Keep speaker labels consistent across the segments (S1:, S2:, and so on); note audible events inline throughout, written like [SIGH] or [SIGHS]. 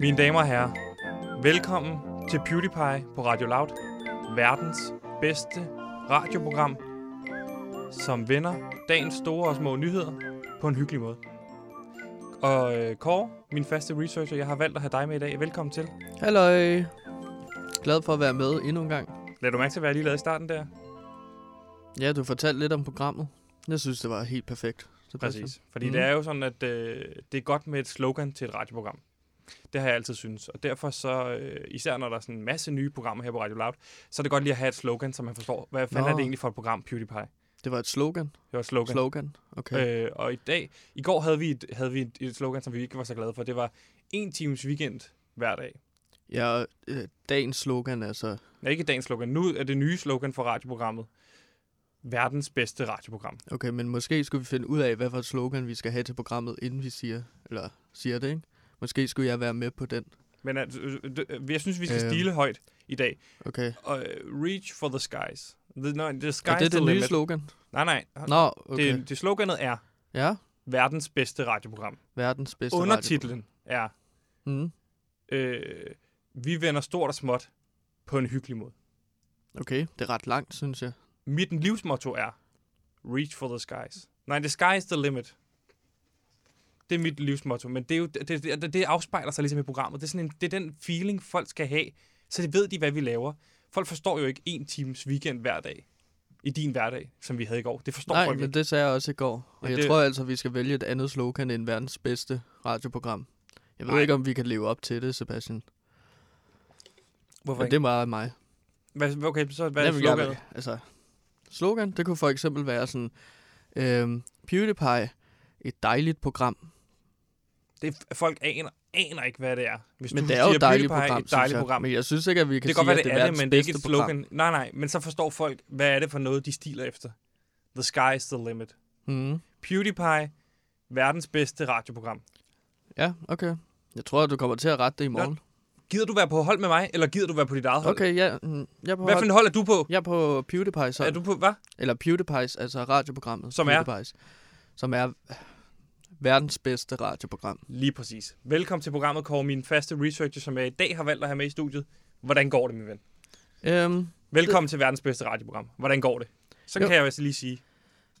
S1: Mine damer og herrer, velkommen til PewDiePie på Radio Loud. Verdens bedste radioprogram, som vender dagens store og små nyheder på en hyggelig måde. Og øh, Kåre, min faste researcher, jeg har valgt at have dig med i dag. Velkommen til.
S2: Halløj. Glad for at være med endnu en gang.
S1: Lad du mærke til, hvad jeg lige lavede i starten der?
S2: Ja, du fortalte lidt om programmet. Jeg synes, det var helt perfekt. Sebastian.
S1: Præcis. Fordi mm.
S2: Mm.
S1: det er jo sådan, at øh, det er godt med et slogan til et radioprogram. Det har jeg altid synes. Og derfor så, øh, især når der er sådan en masse nye programmer her på Radio Loud, så er det godt lige at have et slogan, så man forstår, hvad fanden
S2: Nå.
S1: er det egentlig for et program, PewDiePie? Det
S2: Det var et slogan.
S1: var et slogan.
S2: Slogan. Okay. Øh.
S1: Okay. Øh, og i dag, i går havde vi, et, havde vi et, et slogan, som vi ikke var så glade for. Det var en times weekend hver dag.
S2: Ja, øh, dagens slogan er så...
S1: Nej, ikke dagens slogan. Nu er det nye slogan for radioprogrammet. Verdens bedste radioprogram.
S2: Okay, men måske skulle vi finde ud af, hvad for et slogan vi skal have til programmet, inden vi siger, eller siger det, ikke? Måske skulle jeg være med på den.
S1: Men altså, øh, øh, jeg synes, vi skal
S2: Øhm.
S1: stile højt i dag.
S2: Okay.
S1: og øh, reach for the skies. The, no, the
S2: Og
S1: skies
S2: det
S1: the
S2: er det nye
S1: limit.
S2: slogan.
S1: nej, nej. Okay.
S2: Nå, okay.
S1: Det, det sloganet er
S2: Ja,
S1: verdens bedste radioprogram.
S2: verdens bedste
S1: Undertitlen er
S2: radio. Mm.
S1: øh, vi vender stort og småt på en hyggelig måde.
S2: Okay, det er ret langt, synes jeg.
S1: Mit livsmotto er reach for the skies. Nej, the sky is the limit. Det er mit livsmotto, men det, er jo, det, det, det afspejler sig ligesom i programmet. Det er, sådan en, det er den feeling, folk skal have, så de ved de, hvad vi laver. Folk forstår jo ikke en times weekend hver dag i din hverdag, som vi havde i går. Det forstår
S2: Nej,
S1: folk ikke.
S2: men det sagde jeg også i går. Og
S1: Ja,
S2: jeg
S1: det-
S2: tror altså, vi skal vælge et andet slogan end verdens bedste radioprogram. Jeg ved
S1: Nej.
S2: ikke, om vi kan leve op til det, Sebastian.
S1: Hvorfor
S2: Men det er meget af mig.
S1: Hvad, okay, så hvad er
S2: Jeg vil gerne-
S1: sloganet?
S2: altså, slogan, det kunne for eksempel være sådan, øhm, PewDiePie, et dejligt program.
S1: Det er, folk aner, aner ikke, hvad det er. Hvis
S2: Men
S1: du
S2: det er jo
S1: siger
S2: et dejligt
S1: PewDiePie,
S2: program,
S1: et dejligt
S2: synes jeg.
S1: program.
S2: Men jeg synes ikke, at vi kan
S1: det kan
S2: sige,
S1: godt være,
S2: at
S1: det er det, men det er
S2: verdens
S1: ikke et
S2: bedste program.
S1: slogan. Nej, nej, men så forstår folk, hvad er det for noget, de stiler efter. The sky is the limit.
S2: Mm.
S1: PewDiePie, verdens bedste radioprogram.
S2: Ja, okay. Jeg tror, at du kommer til at rette det i morgen.
S1: Gider du være på hold med mig, eller gider du være på dit eget hold?
S2: Okay, ja. mm, Jeg er på,
S1: Hvad for
S2: hold-
S1: en hold er du på?
S2: jeg er på PewDiePie, så.
S1: Er du på, hvad?
S2: Eller PewDiePie's, altså radioprogrammet.
S1: Som er?
S2: PewDiePie's, som er verdens bedste radioprogram.
S1: Lige præcis. Velkommen til programmet, Kåre, min faste researcher, som jeg i dag har valgt at have med i studiet. Hvordan går det, min ven?
S2: Øhm,
S1: Velkommen til verdens bedste radioprogram. Hvordan går det? Så
S2: Jo.
S1: kan jeg jo altså lige sige.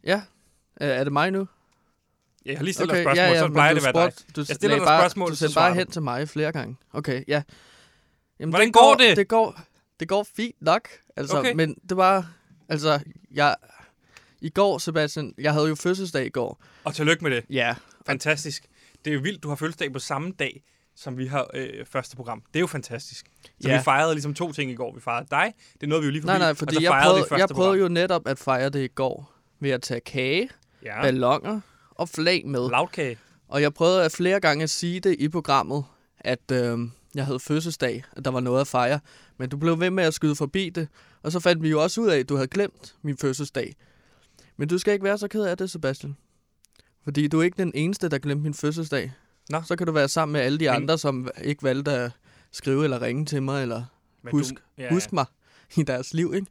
S2: ja, Øh, er det mig nu?
S1: Jeg har lige stillet okay, et spørgsmål, ja, ja, så
S2: men
S1: plejer
S2: du
S1: det at være dig.
S2: spurgte- Du jeg
S1: stiller dig
S2: bare,
S1: spørgsmål,
S2: du
S1: så
S2: sendte
S1: svarer
S2: bare
S1: du.
S2: hen til mig flere gange. Okay, ja. Jamen,
S1: Hvordan går det?
S2: Det går, det går fint nok, altså,
S1: Okay.
S2: okay. men det var, altså, jeg, i går, Sebastian, jeg havde jo fødselsdag i går.
S1: Og tillykke med det.
S2: Ja.
S1: Fantastisk. Det er jo vildt, du har fødselsdag på samme dag, som vi har øh, første program. Det er jo fantastisk. Så ja.
S2: Ja.
S1: vi fejrede ligesom to ting i går. Vi fejrede dig, det nåede vi jo lige forbi.
S2: Nej, nej,
S1: og
S2: fordi
S1: så
S2: jeg
S1: fejrede vi
S2: prøvede,
S1: første
S2: jeg prøvede
S1: program.
S2: jo netop at fejre det i går ved at tage kage, ja.
S1: Ja,
S2: ballonger og flag med.
S1: lavkage.
S2: Og jeg prøvede at flere gange at sige det i programmet, at øh, jeg havde fødselsdag, at der var noget at fejre. Men du blev ved med at skyde forbi det, og så fandt vi jo også ud af, at du havde glemt min fødselsdag. Men du skal ikke være så ked af det, Sebastian. Fordi du er ikke den eneste, der glemte min fødselsdag.
S1: Nå.
S2: Så kan du være sammen med alle de
S1: Men-
S2: andre, som ikke valgte at skrive eller ringe til mig, eller
S1: Men
S2: Husk-
S1: du, ja,
S2: ja. huske mig i deres liv, ikke?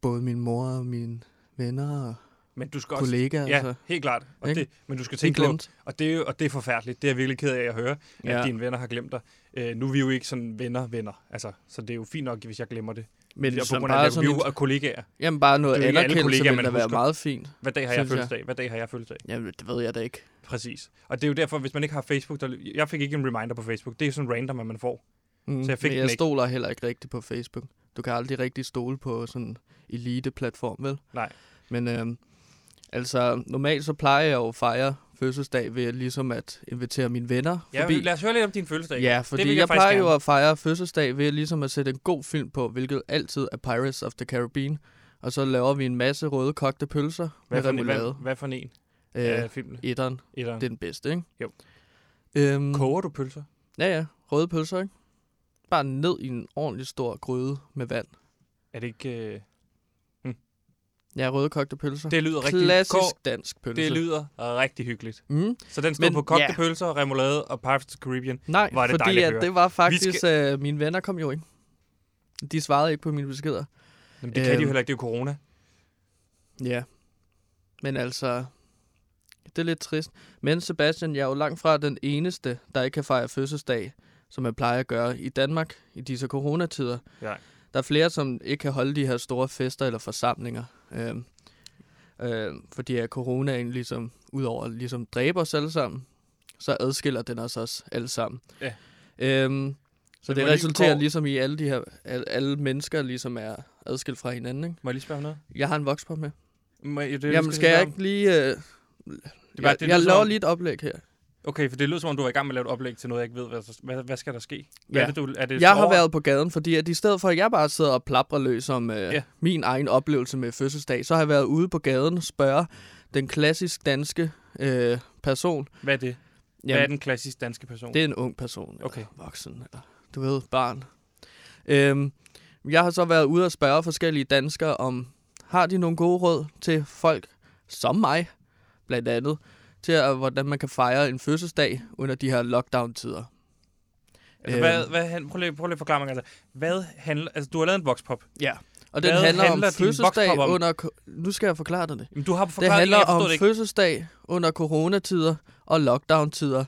S2: Både min mor og mine venner og
S1: Men du skal også...
S2: kollegaer.
S1: Ja,
S2: så
S1: helt klart. Og
S2: Ikke?
S1: det, men du skal
S2: de
S1: tænke på,
S2: glemte.
S1: og det, er jo, og det er forfærdeligt. Det er jeg virkelig ked af at høre, at
S2: Ja.
S1: dine venner har glemt dig. Øh, nu er vi jo ikke sådan venner-venner, altså, så det er jo fint nok, hvis jeg glemmer det.
S2: Men
S1: Og på
S2: som
S1: grund af,
S2: bare
S1: det, vi
S2: sådan
S1: er jo
S2: et
S1: er kollegaer.
S2: Jamen bare noget
S1: Det er jo ikke alle
S2: anerkendelse
S1: kollegaer,
S2: ville
S1: man
S2: da være
S1: husker.
S2: meget fint.
S1: Hvad dag har jeg
S2: Synes jeg.
S1: fødselsdag? Hvad dag har jeg fødselsdag?
S2: Jamen, det ved jeg da ikke.
S1: Præcis. Og det er jo derfor, hvis man ikke har Facebook, der, jeg fik ikke en reminder på Facebook. Det er jo sådan random, at man får.
S2: Mm.
S1: Så jeg fik
S2: Men
S1: den
S2: jeg
S1: ikke.
S2: stoler heller ikke rigtigt på Facebook. Du kan aldrig rigtig stole på sådan en elite-platform, vel?
S1: Nej.
S2: Men øhm, altså, normalt så plejer jeg jo at fejre fødselsdag ved ligesom at invitere mine venner
S1: Ja,
S2: forbi.
S1: Lad os høre lidt om din fødselsdag.
S2: ja,
S1: vil
S2: fordi
S1: jeg
S2: jeg,
S1: faktisk
S2: plejer
S1: gerne.
S2: jo at fejre fødselsdag ved ligesom at sætte en god film på, hvilket altid er Pirates of the Caribbean. Og så laver vi en masse røde kogte pølser
S1: Hvad
S2: med
S1: for, en, hvad,
S2: remoulade.
S1: hvad for en
S2: Øh,
S1: af filmene?
S2: Etteren,
S1: Etteren.
S2: det er den bedste, ikke?
S1: Jo.
S2: Øhm,
S1: Koger du pølser?
S2: Ja, ja. Røde pølser, ikke? Bare ned i en ordentlig stor gryde med vand.
S1: Er det ikke... Øh...
S2: Ja, røde kogte pølser.
S1: Det lyder rigtig...
S2: Klassisk
S1: Kåre,
S2: dansk pølse.
S1: det lyder rigtig hyggeligt.
S2: mm.
S1: Så den stod
S2: Men-
S1: på kogte
S2: ja.
S1: pølser, remoulade og Pirates of the Caribbean.
S2: Nej,
S1: Hvor er det
S2: fordi
S1: dejligt at
S2: at
S1: høre.
S2: det var faktisk...
S1: skal-
S2: Øh, mine venner kom jo ikke. De svarede ikke på mine beskeder.
S1: Jamen, det kan de jo
S2: Øhm.
S1: heller ikke, det er jo corona.
S2: Ja. Men altså... Det er lidt trist. Men Sebastian, jeg er jo langt fra den eneste, der ikke kan fejre fødselsdag, som man plejer at gøre i Danmark i disse coronatider.
S1: Ja.
S2: Der er flere, som ikke kan holde de her store fester eller forsamlinger. Øh, øh, fordi at coronaen ligesom, udover at ligesom dræber os alle sammen, så adskiller den os også alle sammen.
S1: Ja.
S2: Øhm, så
S1: Men
S2: det
S1: må jeg lige
S2: resulterer
S1: gå-
S2: ligesom i alle de her, alle, alle mennesker ligesom er adskilt fra hinanden, ikke?
S1: Må jeg lige spørge om noget?
S2: Jeg har en vokspop med.
S1: Må jeg, det, er
S2: Det,
S1: det,
S2: Jamen,
S1: vi
S2: skal jeg
S1: snakke om.
S2: ikke lige...
S1: Det
S2: Øh,
S1: er bare,
S2: jeg,
S1: det
S2: jeg
S1: lyder som
S2: laver
S1: om-
S2: lige et oplæg her.
S1: Okay, for det lyder som om, du var i gang med at lave et oplæg til noget, jeg ikke ved. Hvad, hvad, hvad skal der ske? Hvad
S2: Ja.
S1: er det, du, er det
S2: Jeg har
S1: over-
S2: været på gaden, fordi at i stedet for, at jeg bare sidder og plaprer løs om øh,
S1: Ja.
S2: yeah. min egen oplevelse med fødselsdag, så har jeg været ude på gaden og spørge den klassisk danske øh, person.
S1: Hvad er det? Hvad er den klassisk danske person?
S2: det er en ung person, eller
S1: Okay.
S2: voksen, eller du ved, barn. Øhm, jeg har så været ude og spørge forskellige danskere om, har de nogle gode råd til folk som mig, blandt andet, til at, hvordan man kan fejre en fødselsdag under de her lockdown-tider.
S1: altså,
S2: øhm.
S1: hvad, hvad, han- prøv, lige, prøv lige at forklare mig. Altså, hvad handler, altså, du har lavet en voxpop.
S2: Ja, og den
S1: Hvad
S2: handler, handler
S1: handler
S2: om
S1: din
S2: fødselsdag
S1: vokskrop om?
S2: under... ko- Nu skal jeg forklare dig det.
S1: Jamen, du har
S2: Det
S1: forklaret
S2: handler
S1: jeg forstod
S2: om
S1: det ikke.
S2: fødselsdag under coronatider og lockdown-tider,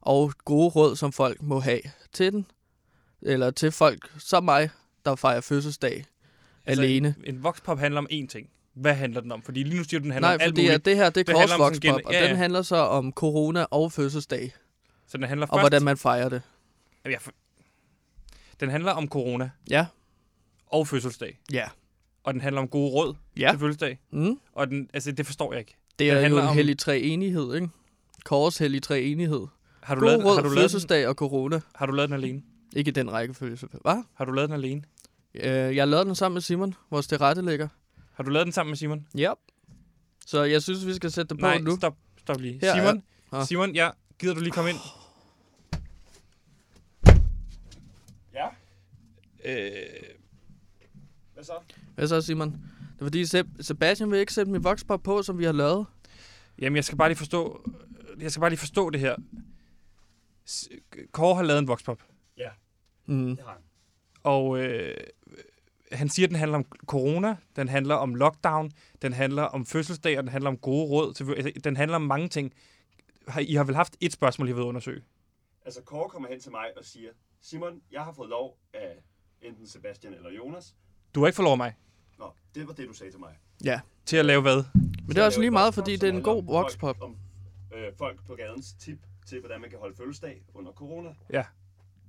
S2: og gode råd, som folk må have til den. Eller til folk som mig, der fejrer fødselsdag altså, alene.
S1: En, en voxpop handler om én ting. Hvad handler den om? Fordi lige nu siger du, den handler
S2: Nej,
S1: om alt
S2: fordi
S1: muligt.
S2: at det her, det er
S1: Det handler om sådan
S2: korsvokspop,
S1: gen-
S2: og
S1: ja, ja.
S2: den handler så om corona og fødselsdag,
S1: Så den handler
S2: og
S1: først...
S2: hvordan man fejrer det.
S1: Jamen, jeg for... Den handler om corona
S2: Ja.
S1: og fødselsdag.
S2: Ja.
S1: Og den handler om gode råd
S2: Ja.
S1: til fødselsdag.
S2: Mm?
S1: Og den, altså, det forstår jeg ikke.
S2: Det er jo
S1: handler
S2: en
S1: om-
S2: hellig treenighed, ikke? Kors hellig treenighed.
S1: Har du, lavet,
S2: God
S1: den- har,
S2: råd,
S1: du lavet den,
S2: fødselsdag og corona.
S1: har du lavet den alene?
S2: Ikke i den rækkefølge, selvfølgelig. Hvad?
S1: Har du lavet den alene?
S2: Øh, jeg lavede den sammen med Simon, vores tilrettelægger.
S1: Har du lavet den sammen med Simon?
S2: Ja. Så jeg synes, vi skal sætte det på
S1: Nej,
S2: nu.
S1: stop, stop lige.
S2: Her er-
S1: Simon,
S2: Ah.
S1: Simon, ja, gider du lige komme ind? Ja. Øh, Hvad så?
S2: Hvad så, Simon? Det er fordi, Seb- Sebastian vil ikke sætte min voxpop på, som vi har lavet.
S1: Jamen, jeg skal bare lige forstå, jeg skal bare lige forstå det her. S- Kåre har lavet en voxpop,
S2: Mm.
S1: og øh, han siger, at den handler om corona, den handler om lockdown, den handler om fødselsdag, og den handler om gode råd. til- altså, Den handler om mange ting. Har- I har vel haft et spørgsmål, I har været undersøge.
S3: Altså, Kåre kommer hen til mig og siger, Simon, jeg har fået lov af enten Sebastian eller Jonas.
S1: Du har ikke fået lov af mig
S3: Nå, det var det, du sagde til mig.
S2: Ja.
S1: til at lave hvad?
S2: Men det er også lige meget, fordi det er en god voxpop.
S3: Om, øh, folk på gadens tip til, hvordan man kan holde fødselsdag under corona.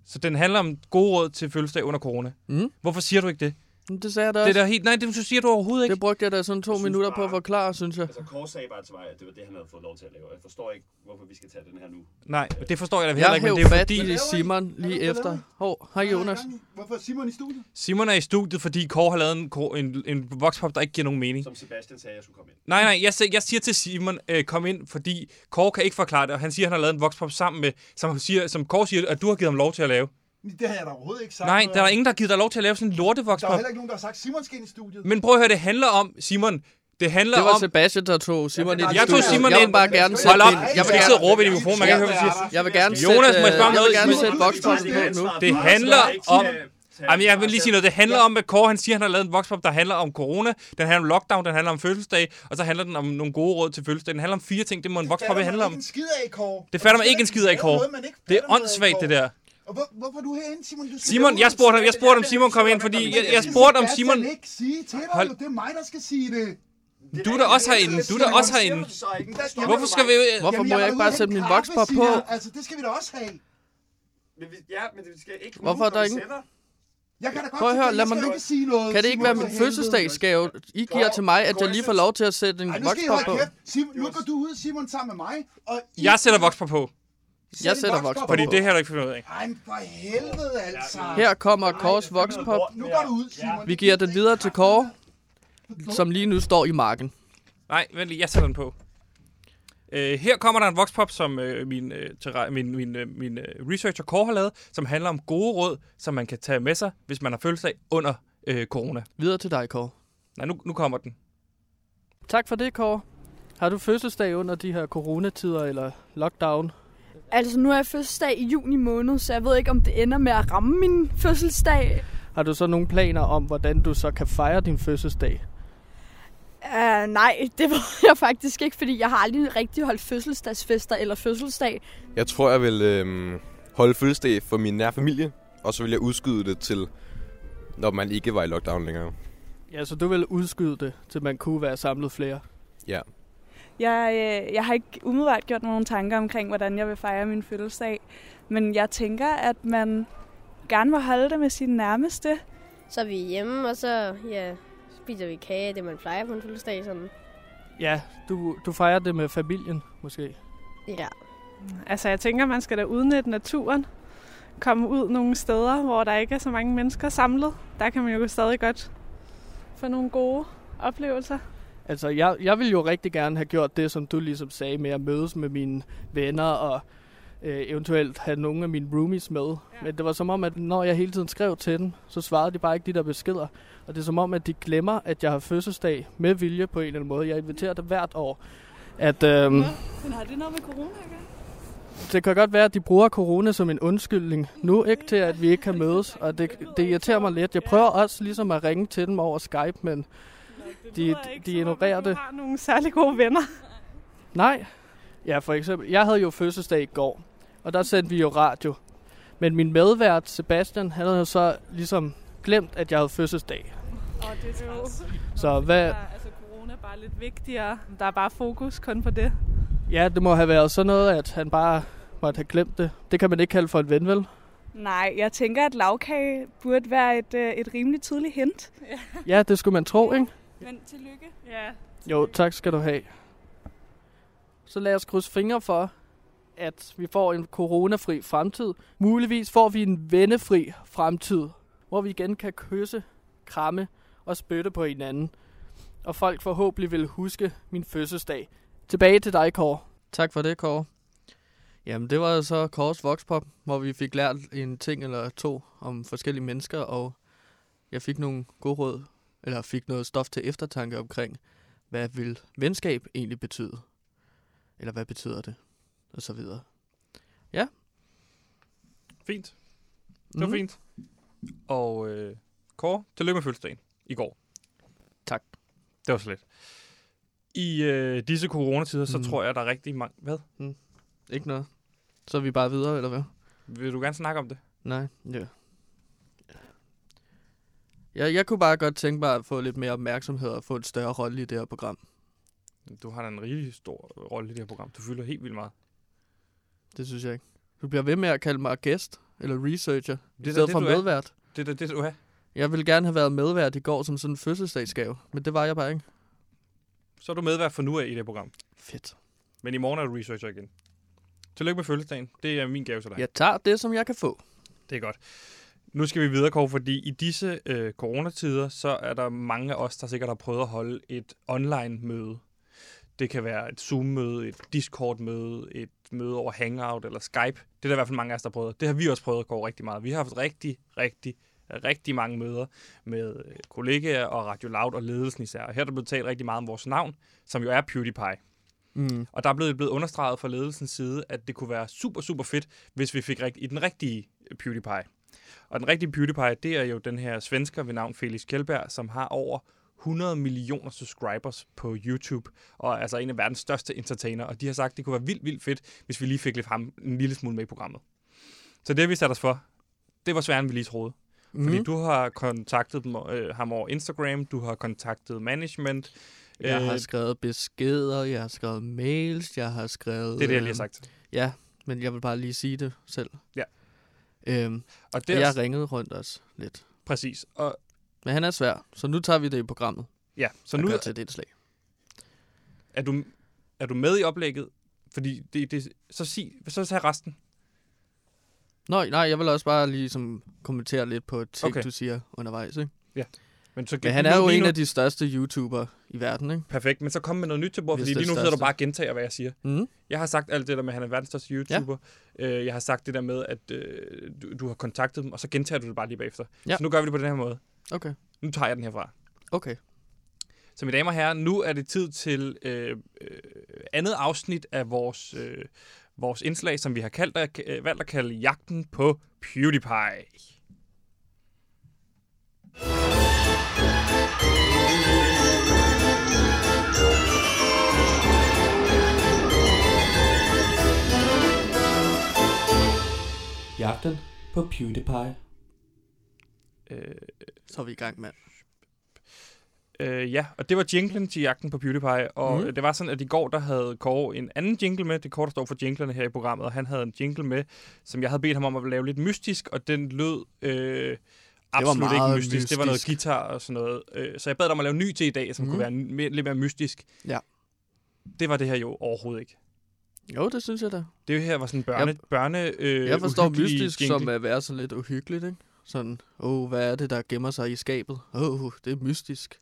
S1: Så den handler om gode råd til fødselsdag under corona.
S2: Mm.
S1: Hvorfor siger du ikke det?
S2: Men Mm, Det sagde jeg da
S1: Det er
S2: også.
S1: da helt... Nej, det siger du overhovedet ikke.
S2: Det brugte jeg da sådan to
S3: Jeg synes
S2: minutter på at
S3: bare-
S2: forklare, synes jeg.
S3: Altså, Kåre sagde bare til mig, at det var det, han havde fået lov til at lave. Jeg forstår ikke, hvorfor vi skal tage den her nu.
S1: Nej, det forstår jeg da heller
S2: Jeg
S1: ikke, men
S2: hæv
S1: det er jo
S2: fat
S1: fordi...
S2: i
S4: laver I?
S2: Simon
S4: Hvad er
S2: lige
S4: det, hvad
S2: efter.
S4: laver
S2: Hov, hej Jonas.
S4: Hvorfor er Simon i studiet?
S1: Simon er i studiet, fordi Kåre har lavet en, ko- en, en voxpop, der ikke giver nogen mening.
S3: Som Sebastian sagde, jeg skulle komme ind.
S1: Nej, nej, jeg, sig- jeg siger til Simon, øh, kom ind, fordi Kåre kan ikke forklare det, og han siger, at han har lavet en voxpop sammen med, som, siger, som Kåre siger, at du har givet ham lov til at lave.
S4: Det har jeg da overhovedet ikke sagt.
S1: Nej,
S4: noget
S1: der er
S4: om.
S1: ingen, der har givet dig lov til at lave sådan en lorte
S4: Der er jo
S1: voxpop.
S4: heller ikke nogen, der har sagt, Simon skal ind i studiet.
S1: Men prøv at høre, det handler om, Simon, det handler
S2: Det var
S1: om...
S2: Sebastian, der tog Simon ind. i
S1: Jeg tog
S2: studiet.
S1: Simon
S2: Jeg
S1: ind.
S2: vil bare gerne
S4: Hold
S2: sætte
S1: op,
S2: ind.
S1: du
S2: Jeg
S1: skal
S2: vil
S1: ikke
S2: gerne,
S1: sidde og råbe ind i mikrofonen, man kan ikke høre, hvad du siger.
S2: jeg vil gerne
S1: Jonas,
S2: sætte,
S1: må jeg spørge om
S2: øh, jeg
S1: noget,
S2: vil gerne
S1: Simon?
S2: sætte voxpoppen på nu.
S1: Det handler om... Jamen, jeg vil lige sige noget. Det handler om, at Kåre han siger, han har lavet en voxpop, der handler om corona, den handler om lockdown, den handler om fødselsdag, og så handler den om nogle gode råd til fødselsdag. Den handler om fire ting, det må en voxpop
S4: fatter
S1: handle
S4: man
S1: om.
S4: ikke en skid af, Kåre.
S1: Det
S4: Og
S1: fatter
S4: du
S1: man ikke en
S4: skal
S1: skid af,
S4: lave
S1: Kåre.
S4: noget, man ikke
S1: Det er
S4: fatter noget af,
S1: åndssvagt, det der.
S4: Kåre. Og hvor, hvorfor er du herinde, Simon? Du skal
S1: Simon,
S4: lave
S1: jeg
S4: noget
S1: spurgte ham- jeg
S4: skid.
S1: spurgte, om Simon kom ind, fordi jeg- jeg spurte, om Simon-
S4: Det kan Sebastian ikke sige til dig,
S1: Hold-
S4: jo. det er mig, der skal sige det.
S1: Du er da også herinde. Du er da også herinde. Hvorfor skal
S3: altså
S1: vi...
S2: Hvorfor må jeg ikke bare sætte min voxpop på?
S4: Altså, det skal vi da også have.
S3: Ja, men det skal ikke...
S2: Hvorfor er der ingen-
S4: Jeg kan da godt
S2: Prøv at
S4: sige,
S2: høre,
S4: jeg
S2: lad
S4: skal
S2: mig
S4: jo
S2: nu-
S4: ikke sige noget.
S2: Kan det ikke
S4: Simon,
S2: være
S4: for
S2: min
S4: helvede.
S2: fødselsdagsgave, I giver til mig, at jeg lige får lov til at sætte en
S4: Ej, nu skal I
S2: voxpop
S4: holde
S2: på?
S4: kæft. Simon, nu går du ud, Simon, sammen med mig. Og I
S1: Jeg sætter voxpop på,
S4: sætter
S2: Jeg sætter
S4: en voxpop
S2: voxpop
S1: fordi
S4: på.
S1: det her er du ikke fundet ud af.
S4: Ej, men for helvede altså.
S2: Her kommer Kors voxpop.
S4: Nu går du ud, Simon.
S2: Vi giver den videre til Kåre, som lige nu står i marken.
S1: Nej, vent lige, jeg sætter den på. Øh, her kommer der en voxpop, som øh, min, øh, terra- min, min, øh, min øh, researcher Kåre har lavet, som handler om gode råd, som man kan tage med sig, hvis man har fødselsdag under øh, corona.
S2: Videre til dig, Kåre.
S1: Nej, nu, nu kommer den.
S2: Tak for det, Kåre. Har du fødselsdag under de her coronatider eller lockdown?
S5: Altså, nu er jeg fødselsdag i juni måned, så jeg ved ikke, om det ender med at ramme min fødselsdag.
S2: Har du så nogle planer om, hvordan du så kan fejre din fødselsdag?
S5: Øh, Uh, nej, det [LAUGHS] var jeg faktisk ikke, fordi jeg har aldrig rigtig holdt fødselsdagsfester eller fødselsdag.
S6: Jeg tror, jeg vil øh, holde fødselsdag for min nære familie, og så vil jeg udskyde det til, når man ikke var i lockdown længere.
S2: Ja, så du vil udskyde det, til man kunne være samlet flere.
S6: Ja.
S7: Jeg, øh, jeg har ikke umiddelbart gjort nogen tanker omkring, hvordan jeg vil fejre min fødselsdag, men jeg tænker, at man gerne må holde det med sine nærmeste.
S8: Så er vi hjemme, og så ja, spiser vi kage, det man plejer på en fødselsdag. Sådan.
S2: Ja, du, du fejrer det med familien, måske.
S8: Ja.
S7: Altså, jeg tænker, man skal da udnytte naturen, komme ud nogle steder, hvor der ikke er så mange mennesker samlet. Der kan man jo stadig godt få nogle gode oplevelser.
S2: Altså, jeg, jeg ville jo rigtig gerne have gjort det, som du ligesom sagde, med at mødes med mine venner og øh, eventuelt have nogle af mine roomies med. Ja. Men det var som om, at når jeg hele tiden skrev til dem, så svarede de bare ikke de der beskeder. Og det er som om, at de glemmer, at jeg har fødselsdag med vilje på en eller anden måde. Jeg inviterer det hvert år. At, øhm,
S7: Men har det noget med corona at gøre?
S2: det kan godt være, at de bruger corona som en undskyldning nu, ikke til at vi ikke kan mødes, og det, det irriterer mig lidt. Jeg prøver også ligesom at ringe til dem over Skype, men de, de ignorerer det.
S7: har nogle særlig gode venner.
S2: Nej. Ja, for eksempel, jeg havde jo fødselsdag i går, og der sendte vi jo radio. Men min medvært, Sebastian, han havde jo så ligesom glemt, at jeg havde fødselsdag.
S7: Og det er jo...
S2: Så hvad,
S7: altså, corona er bare lidt vigtigere. Der er bare fokus kun på det.
S2: ja, det må have været sådan noget, at han bare måtte have glemt det. Det kan man ikke kalde for en ven, vel?
S7: Nej, jeg tænker, at lavkage burde være et, øh, et rimelig tydeligt hint.
S2: Ja, det skulle man tro, ikke?
S7: Men tillykke. Ja.
S2: Jo, tak skal du have. Så lad os krydse fingre for, at vi får en coronafri fremtid. Muligvis får vi en vennefri fremtid, hvor vi igen kan kysse, kramme og spytte på hinanden. Og folk forhåbentlig vil huske min fødselsdag. Tilbage til dig, Kåre. Tak for det, Kåre. Jamen, det var så Kåres Voxpop, hvor vi fik lært en ting eller to om forskellige mennesker, og jeg fik nogle gode råd, eller fik noget stof til eftertanke omkring, hvad vil venskab egentlig betyde? Eller hvad betyder det? Og så videre.
S1: Fint. Det var
S2: Mhm.
S1: fint. Og øh, Kåre, tillykke med fødselsdagen i går.
S2: Tak.
S1: Det var så lidt. I øh, disse coronatider, så
S2: Mm.
S1: tror jeg, der er rigtig mange... Hvad?
S2: Ikke noget. Så er vi bare videre, eller hvad?
S1: Vil du gerne snakke om det?
S2: Nej, ja. Jeg, jeg kunne bare godt tænke mig at få lidt mere opmærksomhed og få en større rolle i det her program.
S1: Du har da en rigtig stor øh, rolle i det her program. Du fylder helt vildt meget.
S2: Det synes jeg ikke. Du bliver ved med at kalde mig gæst eller researcher,
S1: Det
S2: i
S1: er da
S2: stedet
S1: det,
S2: for
S1: du er.
S2: medvært.
S1: Det er da det, du er.
S2: Jeg ville gerne have været medvært i går som sådan en fødselsdagsgave, men det var jeg bare ikke.
S1: Så er du medvært for nu af i det her program.
S2: Fedt.
S1: Men i morgen er du researcher igen. Tillykke med fødselsdagen. Det er min gave til dig.
S2: Jeg tager det, som jeg kan få.
S1: Det er godt. Nu skal vi videre, Kåre, fordi i disse øh, coronatider, så er der mange af os, der sikkert har prøvet at holde et online-møde. Det kan være et Zoom-møde, et Discord-møde, et møde over Hangout eller Skype. Det er der i hvert fald mange af os, der har prøvet. Det har vi også prøvet at gå rigtig meget. Vi har haft rigtig, rigtig, rigtig mange møder med øh, kollegaer og Radio Loud og ledelsen især. Og her er der blevet talt rigtig meget om vores navn, som jo er PewDiePie.
S2: Mm.
S1: Og der er blevet, blevet understreget fra ledelsens side, at det kunne være super, super fedt, hvis vi fik rigt- i den rigtige PewDiePie. Og den rigtige PewDiePie, det er jo den her svensker ved navn Felix Kjellberg, som har over 100 millioner subscribers på YouTube, og er altså en af verdens største entertainer, og de har sagt, at det kunne være vildt, vildt fedt, hvis vi lige fik lidt ham en lille smule med i programmet. Så det har vi sat os for. Det var sværere, end vi lige troede.
S2: Mm.
S1: Fordi du har kontaktet dem, øh, ham over Instagram, du har kontaktet management.
S2: Jeg har
S1: Øh,
S2: skrevet beskeder, jeg har skrevet mails, jeg har skrevet...
S1: det er det, jeg lige har
S2: øhm,
S1: sagt.
S2: Ja, men jeg vil bare lige sige det selv.
S1: Ja.
S2: Øhm,
S1: Og
S2: det
S1: det
S2: jeg
S1: er
S2: har ringet rundt også lidt.
S1: præcis. Og
S2: Men han er svær, så nu tager vi det i programmet.
S1: Ja, så
S2: Så
S1: nu
S2: nu til et indslag.
S1: er du, er du med i oplægget, fordi det, det, så sig, så tag resten.
S2: Nå, nej, jeg vil også bare lige som kommentere lidt på ting,
S1: Okay.
S2: okay. du siger undervejs. Ikke?
S1: Men, så,
S2: Men han er jo en af de største YouTuber i verden, ikke?
S1: Perfekt, men så kom med noget nyt til bordet, fordi
S2: Hvis det er
S1: lige nu sidder du
S2: største.
S1: bare og gentager, hvad jeg siger.
S2: Mm.
S1: Jeg har sagt alt det der med, at han er verdens største YouTuber. Ja. Jeg har sagt det der med, at øh, du, du har kontaktet dem, og så gentager du det bare lige bagefter.
S2: Ja.
S1: Så nu gør vi det på den her måde.
S2: Okay,
S1: Nu tager jeg den herfra.
S2: okay.
S1: Så mine damer og herrer, nu er det tid til øh, øh, andet afsnit af vores, øh, vores indslag, som vi har kaldt, at, øh, valgt at kalde Jagten på PewDiePie.
S9: på PewDiePie.
S1: Øh,
S2: Så er vi i gang, mand.
S1: øh, ja, og det var jinglen til jagten på PewDiePie, og
S2: Mhm.
S1: mm. det var sådan, at i går der havde Kåre en anden jingle med, det er Kåre, der står for jinglerne her i programmet, og han havde en jingle med, som jeg havde bedt ham om at lave lidt mystisk, og den lød øh, absolut ikke
S2: meget
S1: mystisk. Det var noget
S2: mystisk.
S1: guitar og sådan noget. Øh, så jeg bad dig om at lave en ny til i dag, som mm.
S2: Mhm.
S1: kunne være en- mere, lidt mere mystisk.
S2: Ja.
S1: Det var det her jo overhovedet ikke.
S2: Jo, det synes jeg da.
S1: Det her var sådan en børne,
S2: Jeg-
S1: børne øh,
S2: Jeg forstår
S1: uhyggelig
S2: mystisk
S1: jingle.
S2: som at være sådan lidt uhyggeligt, ikke? Sådan, åh, oh, hvad er det, der gemmer sig i skabet? Åh, oh, det er mystisk.
S1: Det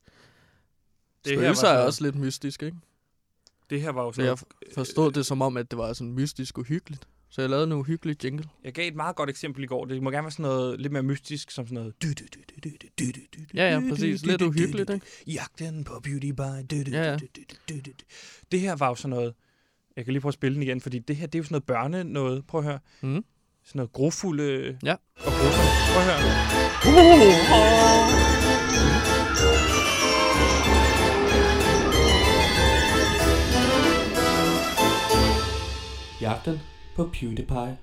S2: Det
S1: her
S2: her
S1: var
S2: Spøgelser
S1: sådan Øh,
S2: er
S1: noget-
S2: også lidt mystisk, ikke?
S1: Det her var jo
S2: Så
S1: sådan
S2: jeg
S1: noget,
S2: forstod det som om, at det var sådan mystisk uhyggeligt. Så jeg lavede en uhyggelig jingle.
S1: jeg gav et meget godt eksempel i går. Det må gerne være sådan noget lidt mere mystisk, som sådan noget... dy- dy- dy- dy- dy- dy- dy- dy- dy-
S2: Ja, ja,
S1: dy- dy-
S2: præcis.
S1: dy-
S2: Lidt
S1: dy- dy-
S2: uhyggeligt,
S1: dy-
S2: ikke?
S1: dy- Jagten på Beauty Bar. dy- dy-
S2: Ja, ja.
S1: dy- dy- dy- dy- dy- dy. Det her var jo sådan noget... Jeg kan lige prøve at spille den igen, fordi det her, det er jo sådan noget børne noget. Prøv at høre.
S2: Mhm.
S1: Sådan noget grofulde...
S2: Ja.
S1: Og grusomhed. Prøv at høre.
S9: Jagten på PewDiePie.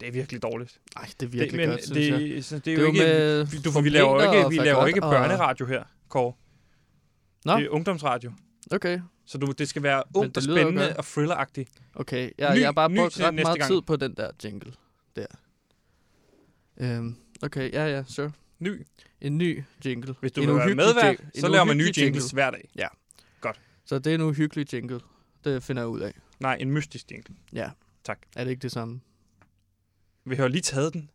S1: Det er virkelig dårligt.
S2: Ej, det er virkelig det,
S1: men
S2: godt, synes jeg.
S1: det, så det er
S2: Det
S1: jo
S2: er jo
S1: ikke...
S2: med
S1: Vi- Du, for vi laver jo ikke,
S2: trompeter
S1: vi
S2: og
S1: laver jo ikke
S2: fagot og-
S1: børneradio her, Kåre.
S2: Nå.
S1: Det er ungdomsradio.
S2: Okay,
S1: Så du, det skal være ungt og
S2: det lyder jo
S1: spændende
S2: godt.
S1: og thrilleragtigt.
S2: okay. Jeg,
S1: Ny-
S2: jeg har bare
S1: ny
S2: brugt
S1: til
S2: ret
S1: næste
S2: meget
S1: gang.
S2: tid på den der jingle der. Øhm, okay, ja, ja, sure.
S1: Ny.
S2: En ny jingle.
S1: Hvis du
S2: en
S1: vil være
S2: uhyggelig
S1: medvært,
S2: jing-
S1: så
S2: en
S1: laver man nye
S2: uhyggelig
S1: jingles hver dag.
S2: Så det er en uhyggelig jingle. Det finder jeg ud af.
S1: Nej, en mystisk jingle.
S2: Er det ikke det samme?
S1: Vi har lige taget den.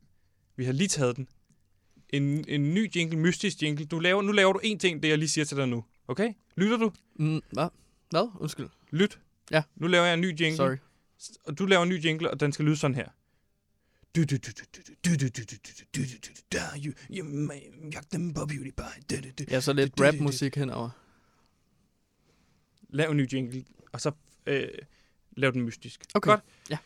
S1: Vi har lige taget den. En, en ny jingle, mystisk jingle. Du laver, nu laver du én ting, det jeg lige siger til dig nu. Okay? Lytter du?
S2: Mm, hvad? Hvad? Undskyld.
S1: Lyt.
S2: Ja.
S1: Nu laver jeg en ny jingle.
S2: Sorry.
S1: Og du laver en ny jingle, og den skal lyde sådan her.
S2: Ja, så lidt rapmusik henover.
S1: Lav en ny jingle, og så øh, lav den mystisk.
S2: Okay.
S1: Godt.
S2: Ja.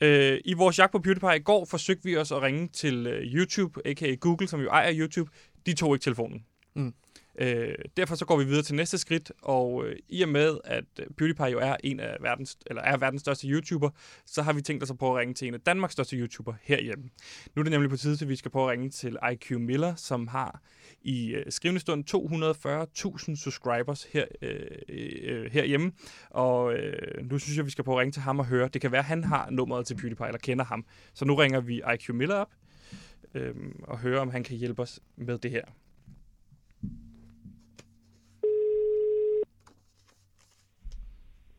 S1: Øh, I vores jagt på PewDiePie i går forsøgte vi os at ringe til øh, YouTube, a.k.a. Google, som jo ejer YouTube. De tog ikke telefonen.
S2: Mm.
S1: Øh, derfor så går vi videre til næste skridt, og øh, i og med, at øh, PewDiePie jo er en af verdens, eller er verdens største YouTuber, så har vi tænkt os at prøve at ringe til en af Danmarks største YouTuber herhjemme. Nu er det nemlig på tide, at vi skal prøve at ringe til IQ Miller, som har i øh, skrivende stund 240.000 subscribers her, øh, øh, herhjemme. Og øh, nu synes jeg, vi skal prøve at ringe til ham og høre. Det kan være, han har nummeret til PewDiePie, eller kender ham. Så nu ringer vi IQ Miller op øh, og hører, om han kan hjælpe os med det her.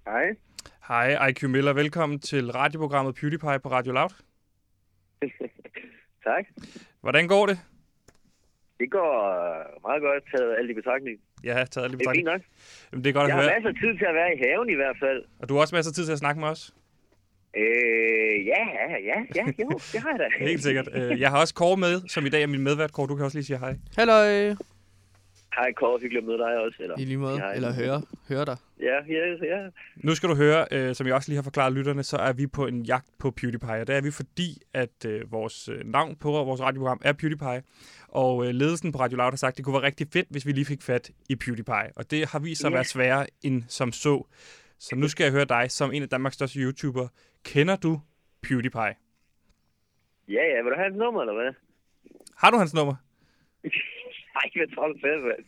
S10: Hej,
S1: Hej IQ Miller, velkommen til radioprogrammet PewDiePie på Radio Loud.
S10: [LAUGHS] tak.
S1: Hvordan går det?
S10: Det går øh, meget godt taget alt i betragtning.
S1: Ja, jeg har taget lidt
S10: Det er fint
S1: betragtning.
S10: nok.
S1: Jamen, det er godt
S10: Jeg
S1: at
S10: har
S1: høre.
S10: masser af tid til at være i haven i hvert fald.
S1: Og du har også masser af tid til at snakke med os.
S10: Øh, ja, ja, ja, ja, jo, det har jeg da.
S1: [LAUGHS] Helt sikkert. Øh, Jeg har også Kåre med, som i dag er min medvært. Kåre, du kan også lige sige hej.
S2: Halløj!
S10: [LAUGHS] Hej, Kåre, hyggeligt at møde dig også. Eller?
S2: I lige måde.
S10: Ja,
S2: Eller høre, høre dig.
S10: Ja, ja, ja.
S1: Nu skal du høre, øh, som jeg også lige har forklaret lytterne, så er vi på en jagt på PewDiePie. Og det er vi fordi, at øh, vores øh, navn på vores radioprogram er PewDiePie. Og øh, ledelsen på Radio Loud har sagt, at det kunne være rigtig fedt, hvis vi lige fik fat i PewDiePie. Og det har vist sig at være sværere end som så. Så nu skal jeg høre dig, som en af Danmarks største YouTubere. Kender du PewDiePie?
S10: Ja, ja, vil du have et nummer, eller hvad? [LAUGHS]
S1: Har du hans nummer?
S10: Nej, hvad tror du selv, mand?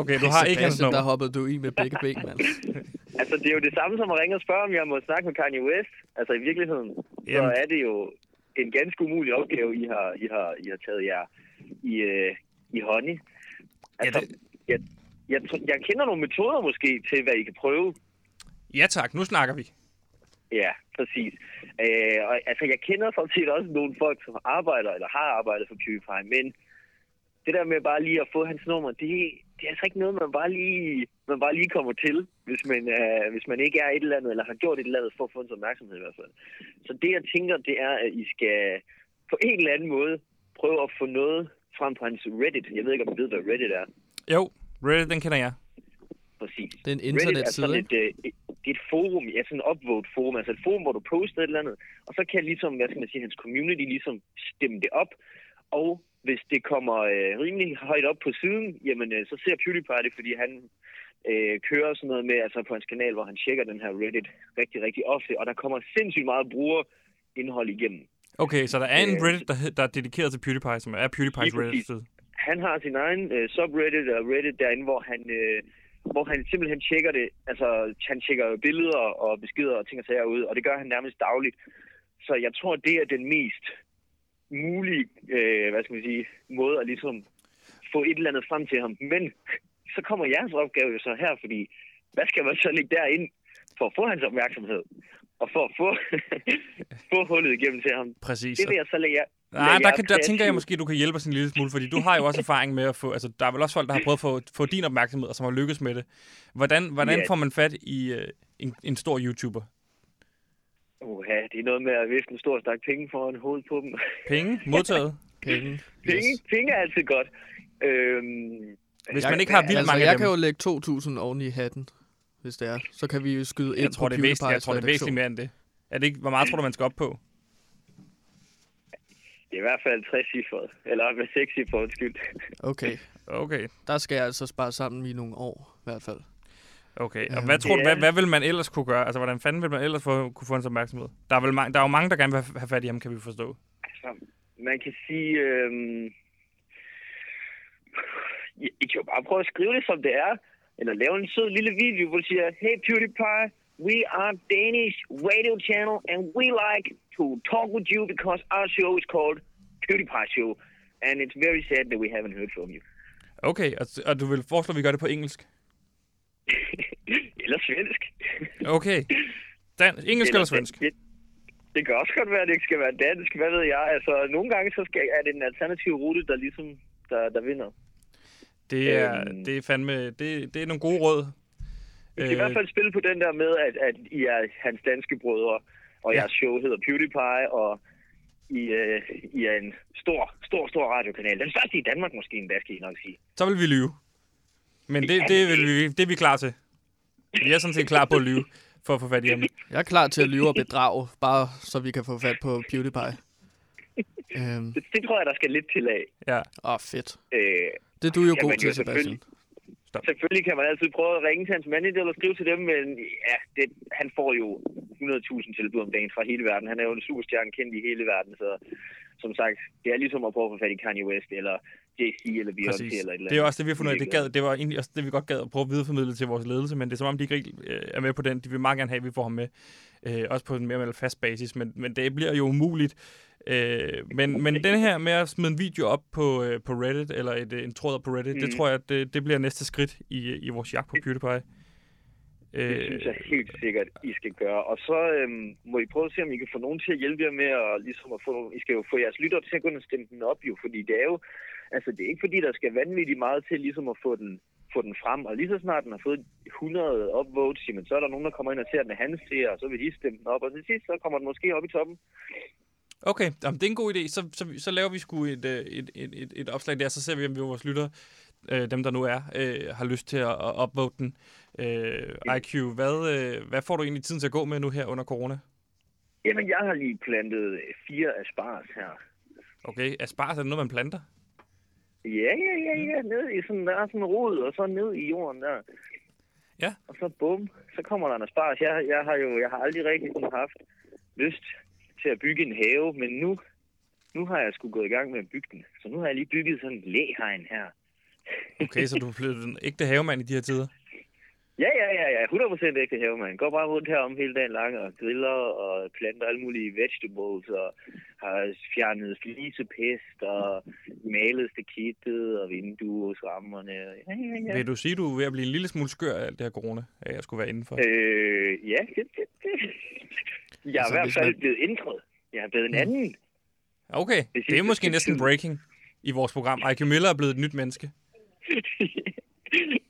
S1: Okay, du har ikke hans
S2: Sebastian, Der
S1: nummer.
S2: hoppede du i med begge ben,
S10: [LAUGHS]
S2: mand.
S10: Altså, det er jo det samme som at ringe og spørge, om jeg må snakke med Kanye West. Altså, i virkeligheden,
S1: Jamen.
S10: Jamen. så er det jo en ganske umulig opgave, I har, I har, I har taget jer i, øh, i hånden. Altså, ja,
S1: det-
S10: det... jeg, jeg, tr- jeg kender nogle metoder måske til, hvad I kan prøve.
S1: Ja tak, nu snakker vi.
S10: Ja, præcis. Øh, og, altså, jeg kender sådan set også nogle folk, som arbejder eller har arbejdet for PewDiePie, men det der med bare lige at få hans nummer, det, det er altså ikke noget, man bare lige, man bare lige kommer til, hvis man, øh, hvis man ikke er et eller andet, eller har gjort et eller andet for at få hans opmærksomhed i hvert fald. Så det, jeg tænker, det er, at I skal på en eller anden måde prøve at få noget frem på hans Reddit. Jeg ved ikke, om I ved, hvad Reddit er.
S1: Jo, Reddit, den kender jeg.
S10: Præcis.
S2: Det er en
S10: Reddit er sådan
S2: internetside,
S10: et,
S2: ikke?
S10: øh, et, det er et forum, ja, sådan et upvote forum, altså et forum, hvor du poster et eller andet, og så kan ligesom, hvad skal man sige, hans community ligesom stemme det op, og hvis det kommer øh, rimelig højt op på siden, jamen øh, så ser PewDiePie det, fordi han øh, kører sådan noget med, altså på hans kanal, hvor han tjekker den her Reddit rigtig, rigtig ofte, og der kommer sindssygt meget brugerindhold igennem.
S1: Okay, så der er en
S10: Øh,
S1: Reddit, der, hed- der er dedikeret til PewDiePie, som er PewDiePie's
S10: Lige præcis.
S1: Reddit-side.
S10: han har sin egen øh, subreddit og reddit derinde, hvor han, øh, hvor han simpelthen tjekker det. Altså, han tjekker jo billeder og beskeder og ting og sager ud, og det gør han nærmest dagligt. Så jeg tror, det er den mest mulige, øh, hvad skal man sige, måde at ligesom få et eller andet frem til ham. Men så kommer jeres opgave jo så her, fordi hvad skal man så lægge derind for at få hans opmærksomhed? Og for at få, [LAUGHS] få hullet igennem til ham.
S1: Præcis.
S10: Det vil jeg så lade jer...
S1: Nej,
S10: lade
S1: der,
S10: jeres
S1: kan, der tænker jeg
S10: kreative-
S1: måske, du kan hjælpe os en lille smule, fordi du har jo også erfaring med at få... Altså, der er vel også folk, der har prøvet at få, få din opmærksomhed, og som har lykkes med det. Hvordan, hvordan
S10: Ja.
S1: får man fat i øh, en, en stor YouTuber?
S10: Uha, det er noget med at vifte en stor stak penge foran hovedet på dem. [LAUGHS]
S1: Penge? Modtaget?
S2: Penge. Altså,
S10: Penge, yes. penge er altid godt. Øhm,
S1: Hvis
S10: jeg-
S1: man ikke har vildt
S2: Altså,
S1: mange
S2: jeg
S1: af dem.
S2: kan jo lægge 2.000 oven i hatten, hvis det er. Så kan vi jo skyde ind
S1: Jeg tror,
S2: på
S1: det er væsentligt, jeg
S2: PewDiePie's
S1: tror, det er væsentligt
S2: redaktion.
S1: mere end det. Er det ikke, hvor meget tror du, man skal op på?
S10: Det er i hvert fald 60 cifret, eller med 6 cifret, undskyld. [LAUGHS]
S2: Okay,
S1: Okay,
S2: der skal jeg altså spare sammen i nogle år, i hvert fald.
S1: okay. Og
S2: Øhm,
S1: hvad tror du,
S10: det
S1: hvad,
S10: er-
S1: hvad vil man ellers kunne gøre? Altså, hvordan fanden vil man ellers få, kunne få hans opmærksomhed? Der er, vel mange, der er jo mange, der gerne vil have- have fat i ham, kan vi forstå.
S10: Altså, man kan sige... Øhm, [SIGHS] I, I kan jo bare prøve at skrive det, som det er. Eller lave en sød lille video, hvor du siger, Hey PewDiePie, we are Danish radio channel, and we like to talk with you because our show is called PewDiePie Show. And it's very sad that we haven't heard from you.
S1: Okay, og, og du vil foreslå, at vi gør det på engelsk?
S10: [LAUGHS] eller svensk. altså,
S1: Okay. Dan, engelsk eller svensk?
S10: Det, det kan også godt være, at det ikke skal være dansk. Hvad ved jeg? Altså, nogle gange så skal, er det en alternativ rute, der ligesom der, der vinder.
S1: Det er,
S10: Øhm.
S1: det er fandme... Det, det er nogle gode råd.
S10: Vi
S1: Øh.
S10: skal i hvert fald spille på den der med, at, at I er hans danske brødre, og
S1: Ja.
S10: jeres show hedder PewDiePie, og I, øh, I er en stor, stor, stor radiokanal. Den største i Danmark måske endda, skal I nok sige.
S1: Øh, så vil vi lyve. Men det, det, vil vi, det er vi klar til. Vi er sådan set klar på at lyve for at få fat i ham.
S2: Jeg er klar til at lyve og bedrage, bare så vi kan få fat på PewDiePie.
S10: [LAUGHS]
S2: Øhm,
S10: Det, det tror jeg, der skal lidt til af.
S1: Ja.
S2: åh, fedt.
S10: Øh,
S2: Det er du jo
S10: Jamen,
S2: god
S10: jo,
S2: til, Sebastian.
S10: selvfølgelig. Selvfølgelig kan man altid prøve at ringe til hans manager eller skrive til dem, men ja, det, han får jo 100.000 tilbud om dagen fra hele verden. Han er jo en superstjerne kendt i hele verden, så som sagt, det er ligesom at prøve at få fat i Kanye West eller Jay-Z eller Beyoncé
S1: Præcis.
S10: eller et eller andet.
S1: Det er også det, vi har fundet ud af. Det,
S10: er
S1: gad, det var egentlig også det, vi godt gad at prøve at videreformidle til vores ledelse, men det er som om, de ikke rigtig, øh, er med på den. De vil meget gerne have, at vi får ham med. Øh, også på en mere eller fast basis, men, men det bliver jo umuligt. Øh, men, men den her med at smide en video op på, øh, på Reddit, eller et, øh, en tråd op på Reddit, mm. det
S10: Mm.
S1: tror jeg, det, det bliver næste skridt i, øh, i vores jagt på PewDiePie. Øh,
S10: Det synes jeg helt sikkert, I skal gøre. Og så øhm, må I prøve at se, om I kan få nogen til at hjælpe jer med, og ligesom at få nogle, I skal jo få jeres lytter til at gå ind og stemme den op, jo, fordi det er jo, altså det er ikke fordi, der skal vanvittigt meget til ligesom at få den, få den frem, og lige så snart den har fået 100 upvotes, jamen, så er der nogen, der kommer ind og ser den af hans seer, og så vil de stemme den op, og til sidst, så kommer den måske op i toppen.
S1: Okay, jamen, det er en god idé. Så, så, så laver vi sgu et, øh, et, et, et, et opslag der, så ser vi, om vi vores lyttere, øh, dem der nu er, øh, har lyst til at, at upvote den. Øh, IQ, hvad, øh, hvad får du egentlig tiden til at gå med nu her under corona?
S10: Jamen, jeg har lige plantet øh, fire asparges her.
S1: Okay, asparges, er det noget, man planter?
S10: Ja, ja, ja, ja, ned i sådan, der er sådan en rod, og så ned i jorden der.
S1: Ja.
S10: Og så bum, så kommer der en asparges. Jeg, jeg har jo, jeg har aldrig rigtig sådan haft lyst til at bygge en have, men nu, nu har jeg sgu gået i gang med at bygge den. Så nu har jeg lige bygget sådan en læhegn her.
S1: Okay, så du er blevet en ægte havemand i de her tider.
S10: Ja, ja, ja, ja, 100% ægte have, man. Går bare rundt herom hele dagen lang og griller og planter alle mulige vegetables og har fjernet flisepest og malet stakittet og vinduesrammerne. Ja, ja, ja.
S1: Ja. Vil du sige, du er ved at blive en lille smule skør af alt det her corona, at jeg skulle være indenfor?
S10: Øh, ja, det, det, det. Jeg er
S2: Altså,
S10: i hvert
S2: hvis
S10: fald
S2: man- Mm.
S10: blevet ændret. Jeg er blevet en anden. [LAUGHS]
S1: Okay,
S10: det
S1: det er
S10: sidste
S1: måske
S10: stykke
S1: næsten
S10: tid.
S1: breaking i vores program. IQ Miller er blevet et nyt menneske.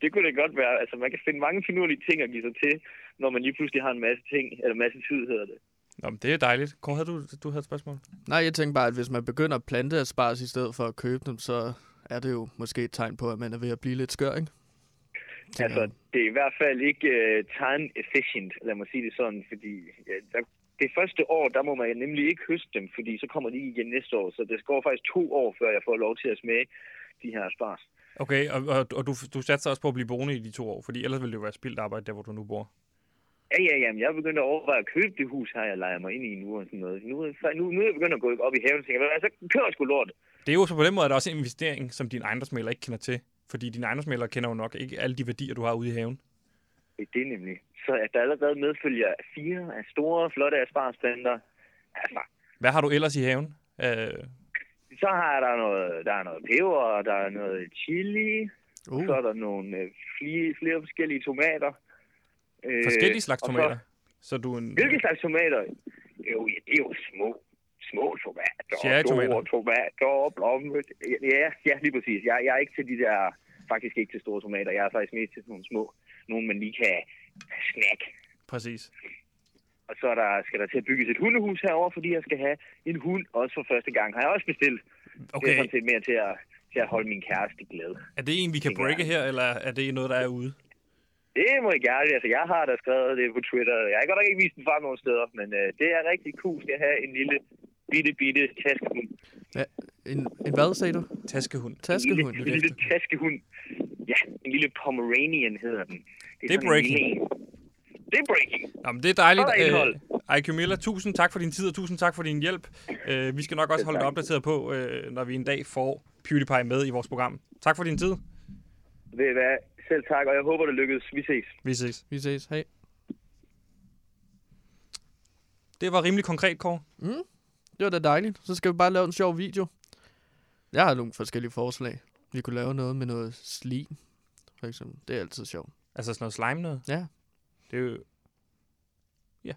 S10: det kunne det godt være. Altså, man kan finde mange finurlige ting at give sig til, når man lige pludselig har en masse ting, eller en masse tid, hedder det.
S1: Nå, men det er dejligt. Kåre, havde du, du havde et spørgsmål?
S2: Nej, jeg tænker bare, at hvis man begynder at plante asparges i stedet for at købe dem, så er det jo måske et tegn på, at man er ved at blive lidt skør, ikke? Tænker
S10: Altså,
S2: jeg.
S10: det er i hvert fald ikke uh, time efficient, lad mig sige det sådan, fordi uh, der, det første år, der må man nemlig ikke høste dem, fordi så kommer de igen næste år. Så det går faktisk to år, før jeg får lov til at smage de her spars.
S1: Okay, og, og, og du, du satser også på at blive boende i de to år, fordi ellers ville det jo være spildt arbejde der, hvor du nu bor.
S10: Ja, ja, ja, men jeg er begyndt at overveje at købe det hus her, jeg leger mig ind i nu og sådan noget. Nu, nu, nu er jeg begyndt at gå op i haven, og tænker, jeg, "Hvad, så kører jeg sgu lort.
S1: Det er jo så på den måde, at der også er en investering, som din ejendomsmælder ikke kender til. Fordi din ejendomsmælder kender jo nok ikke alle de værdier, du har ude i haven.
S10: Det er det nemlig. Så at der allerede medfølger fire af store, flotte aspargestander. Altså,
S1: Hvad har du ellers i haven? Øh,
S10: så har der noget, der er noget peber, og der er noget chili, uh. så er der nogle øh, flere, flere forskellige tomater. Øh,
S1: forskellige slags
S10: og så-
S1: tomater. Så du er en...
S10: Hvilke slags tomater? Jo, ja, det er jo små, små tomater. og
S1: Cherrytomater.
S10: Store tomater og blomme. Ja, ja, lige præcis. Jeg, jeg er ikke til de der, faktisk ikke til store tomater. Jeg er faktisk mest til sådan nogle små, nogle man lige kan snack.
S1: Præcis.
S10: Og så er der, skal der til at bygges et hundehus herover, fordi jeg skal have en hund også for første gang. Har jeg også bestilt. Det
S1: Okay.
S10: er sådan set mere til at, til at holde min kæreste glad.
S1: Er det en, vi kan breake her, eller er det noget, der er ude?
S10: Det må jeg gerne. Altså, jeg har da skrevet det på Twitter. Jeg har godt nok ikke vist den frem nogen steder, men øh, det er rigtig cool at have en lille bitte, bitte taskehund.
S2: Hva? En, en hvad sagde du?
S1: Taskehund.
S2: Taskehund.
S10: En lille taskehund. Ja, en lille Pomeranian hedder den.
S1: Det er
S10: sådan en
S1: breaking.
S10: lille en. Det er breaking.
S1: Nå, men det er dejligt.
S10: Så er der indhold.
S1: Øh, IQ Miller, tusind tak for din tid, og tusind tak for din hjælp. Øh, vi skal nok også holde dig opdateret på, øh, når vi en dag får PewDiePie med i vores program. Tak for din tid.
S10: Ved I hvad? Selv tak, og jeg håber, det lykkedes. Vi ses.
S1: Vi ses.
S2: Vi ses. Hej.
S1: Det var rimelig konkret, Kåre.
S2: Det var da dejligt. Så skal vi bare lave en sjov video. Jeg har nogle forskellige forslag. Vi kunne lave noget med noget slim, for eksempel. Det er altid sjovt.
S1: Altså sådan noget slime noget.
S2: Ja.
S1: Det er jo... Ja,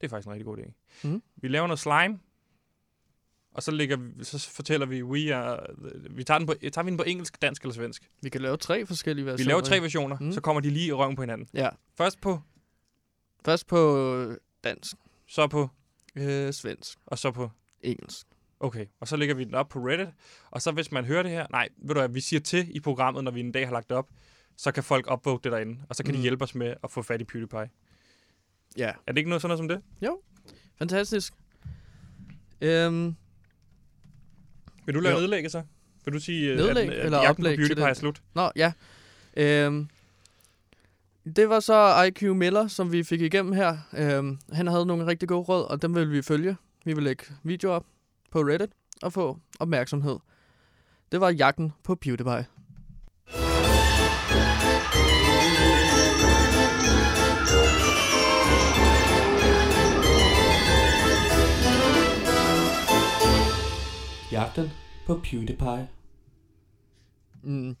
S1: det er faktisk en rigtig god idé.
S2: Mhm.
S1: Vi laver noget slime, og så, ligger, vi- så fortæller vi, we are, vi tager den, på, tager vi den på engelsk, dansk eller svensk.
S2: Vi kan lave tre forskellige
S1: Vi
S2: versioner.
S1: laver tre versioner,
S2: Mhm.
S1: så kommer de lige i røven på hinanden.
S2: Ja.
S1: Først på,
S2: Først på øh, dansk,
S1: så på,
S2: øh, svensk,
S1: og så på.
S2: engelsk.
S1: Okay, og så lægger vi den op på Reddit. Og så hvis man hører det her, nej, ved du hvad, vi siger til i programmet, når vi en dag har lagt det op, så kan folk upvote det derinde, og så kan mm. de
S2: Mhm.
S1: hjælpe os med at få fat i PewDiePie.
S2: Ja.
S1: Er det ikke noget sådan noget som det?
S2: Fantastisk. Øhm,
S1: Vil du lave
S2: Jo.
S1: nedlægge så? Vil du sige, øh,
S2: Nedlæg
S1: at, at
S2: eller
S1: jagten på
S2: oplæg til
S1: PewDiePie er
S2: den?
S1: slut?
S2: Nå, ja. Øhm, det var så IQ Miller, som vi fik igennem her. Øhm, han havde nogle rigtig gode råd, og dem vil vi følge. Vi vil lægge videoer op på Reddit og få opmærksomhed. Det var jagten på PewDiePie.
S9: Jagten på PewDiePie.
S2: Mm.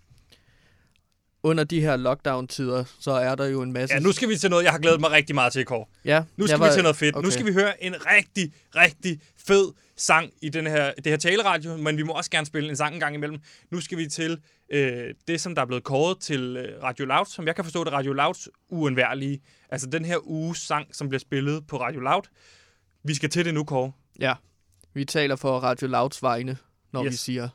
S2: Under de her lockdown-tider, så er der jo en masse...
S1: Ja, nu skal vi til noget, jeg har glædet mig rigtig meget til, Kåre.
S2: ja,
S1: Nu
S2: jeg
S1: skal var...
S2: var-
S1: vi til noget fedt. Okay. Nu
S2: okay.
S1: skal vi høre en rigtig, rigtig fed sang i den her, det her taleradio, men vi må også gerne spille en sang en gang imellem. Nu skal vi til øh, det, som der er blevet kåret til øh, Radio Loud, som jeg kan forstå, det er Radio Louds uundværlige. Altså den her uges sang, som bliver spillet på Radio Loud. Vi skal til det nu, Kåre.
S2: Ja, vi taler for Radio Louds vegne, når yes. vi
S1: Yes.
S2: siger,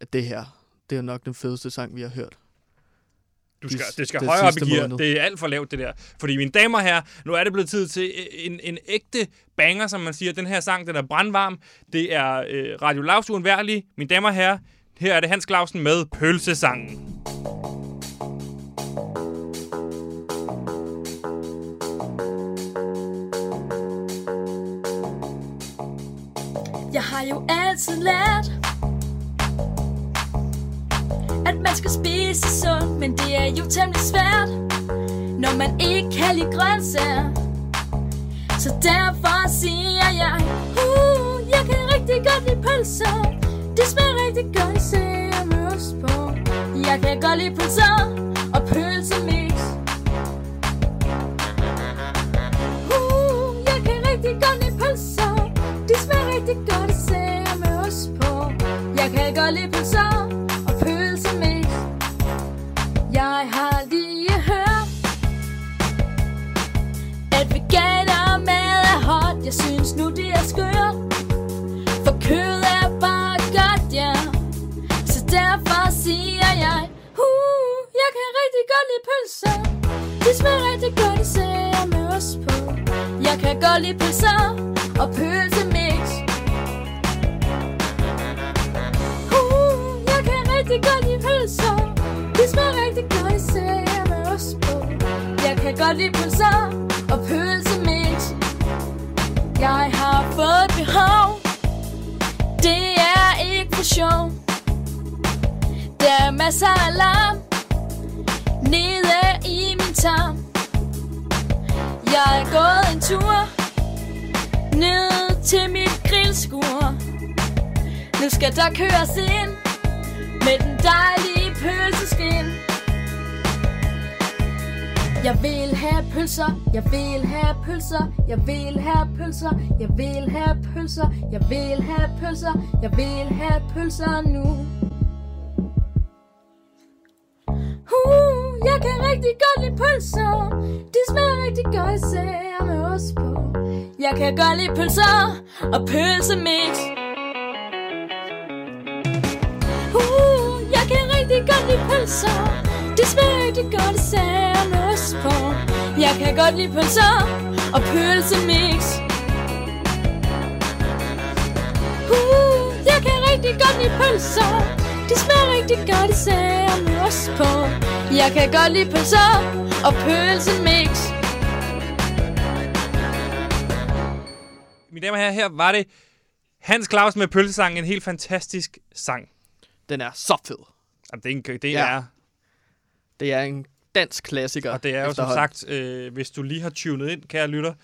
S2: at det her, det er nok den fedeste sang, vi har hørt.
S1: Du
S2: Det-
S1: skal, det skal det
S2: det
S1: højere op i
S2: sidste
S1: gear.
S2: måned.
S1: Det er alt for lavt, det der. Fordi, mine damer og herrer, nu er det blevet tid til øh, en, en ægte banger, som man siger. Den her sang, den er brandvarm. Det er øh, Radio Lavs uundværlige. Mine damer og herrer, her er det Hans Clausen med Pølsesangen.
S11: Jeg har jo altid lært At man skal spise sundt Men det er jo temmelig svært Når man ikke kan lide grøntsager Så derfor siger jeg uh, Jeg kan rigtig godt lide pølser Det smager rigtig godt Sager med ost på Jeg kan godt lide pølser Og pølsemix Uh, jeg kan rigtig godt lide pølser De smager rigtig godt især med ost på Jeg kan godt lide pølser og pølsemix Jeg har lige hørt At veganermad er hot Jeg synes nu det er skørt For kød er bare godt, ja Så derfor siger jeg Uh, jeg kan rigtig godt lide pølser De smager rigtig godt især med ost på jeg kan godt lide pølser og pølsemix. Uh, jeg kan rigtig godt lide pølser. Det smager rigtig godt især med ost på. Jeg kan godt lide pølser og pølsemix Jeg har fået et behov Det er ikke for sjov Der er masser af larm Nede i min tarm Jeg er gået en tur Ned til mit grillskur Nu skal der køres ind Med den dejlige pølseskin jeg vil have pølser, jeg vil have pølser, jeg vil have pølser, jeg vil have pølser, jeg vil have pølser, jeg vil have pølser nu. Uh, jeg kan rigtig godt lide pølser, de smager rigtig godt især med ost på. Jeg kan godt lide pølser og pølsemix. Uh, jeg kan rigtig godt lide pølser, de smager rigtig godt især med ost på. Jeg kan godt lide pølser og pølsemix. Uh, jeg kan rigtig godt lide pølser, de smager rigtig godt især med ost på. Jeg kan godt lide pølser og pølsemix.
S1: Mine damer og herrer, her var det Hans Claus med pølsesang. En helt fantastisk sang.
S2: Den er så fed.
S1: Jamen, det er, en, det
S2: Ja.
S1: er
S2: Det er en dansk klassiker.
S1: Og det er jo som
S2: efterhånden.
S1: sagt, øh, hvis du lige har tunet ind, kære lytter,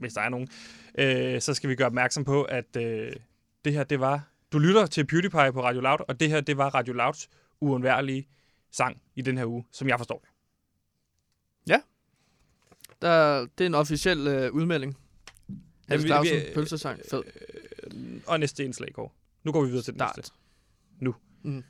S1: hvis der er nogen, øh, så skal vi gøre opmærksom på, at øh, det her, det var... Du lytter til PewDiePie på Radio Loud, og det her, det var Radio Louds uundværlige sang i den her uge, som jeg forstår. det.
S2: Der, det er en officiel øh, udmelding. Hans
S1: vi-
S2: Clausen,
S1: vi- øh,
S2: pølsesang, fed.
S1: Og næste indslag går. Nu går vi videre til det
S2: Start.
S1: næste. Nu.
S2: Mm.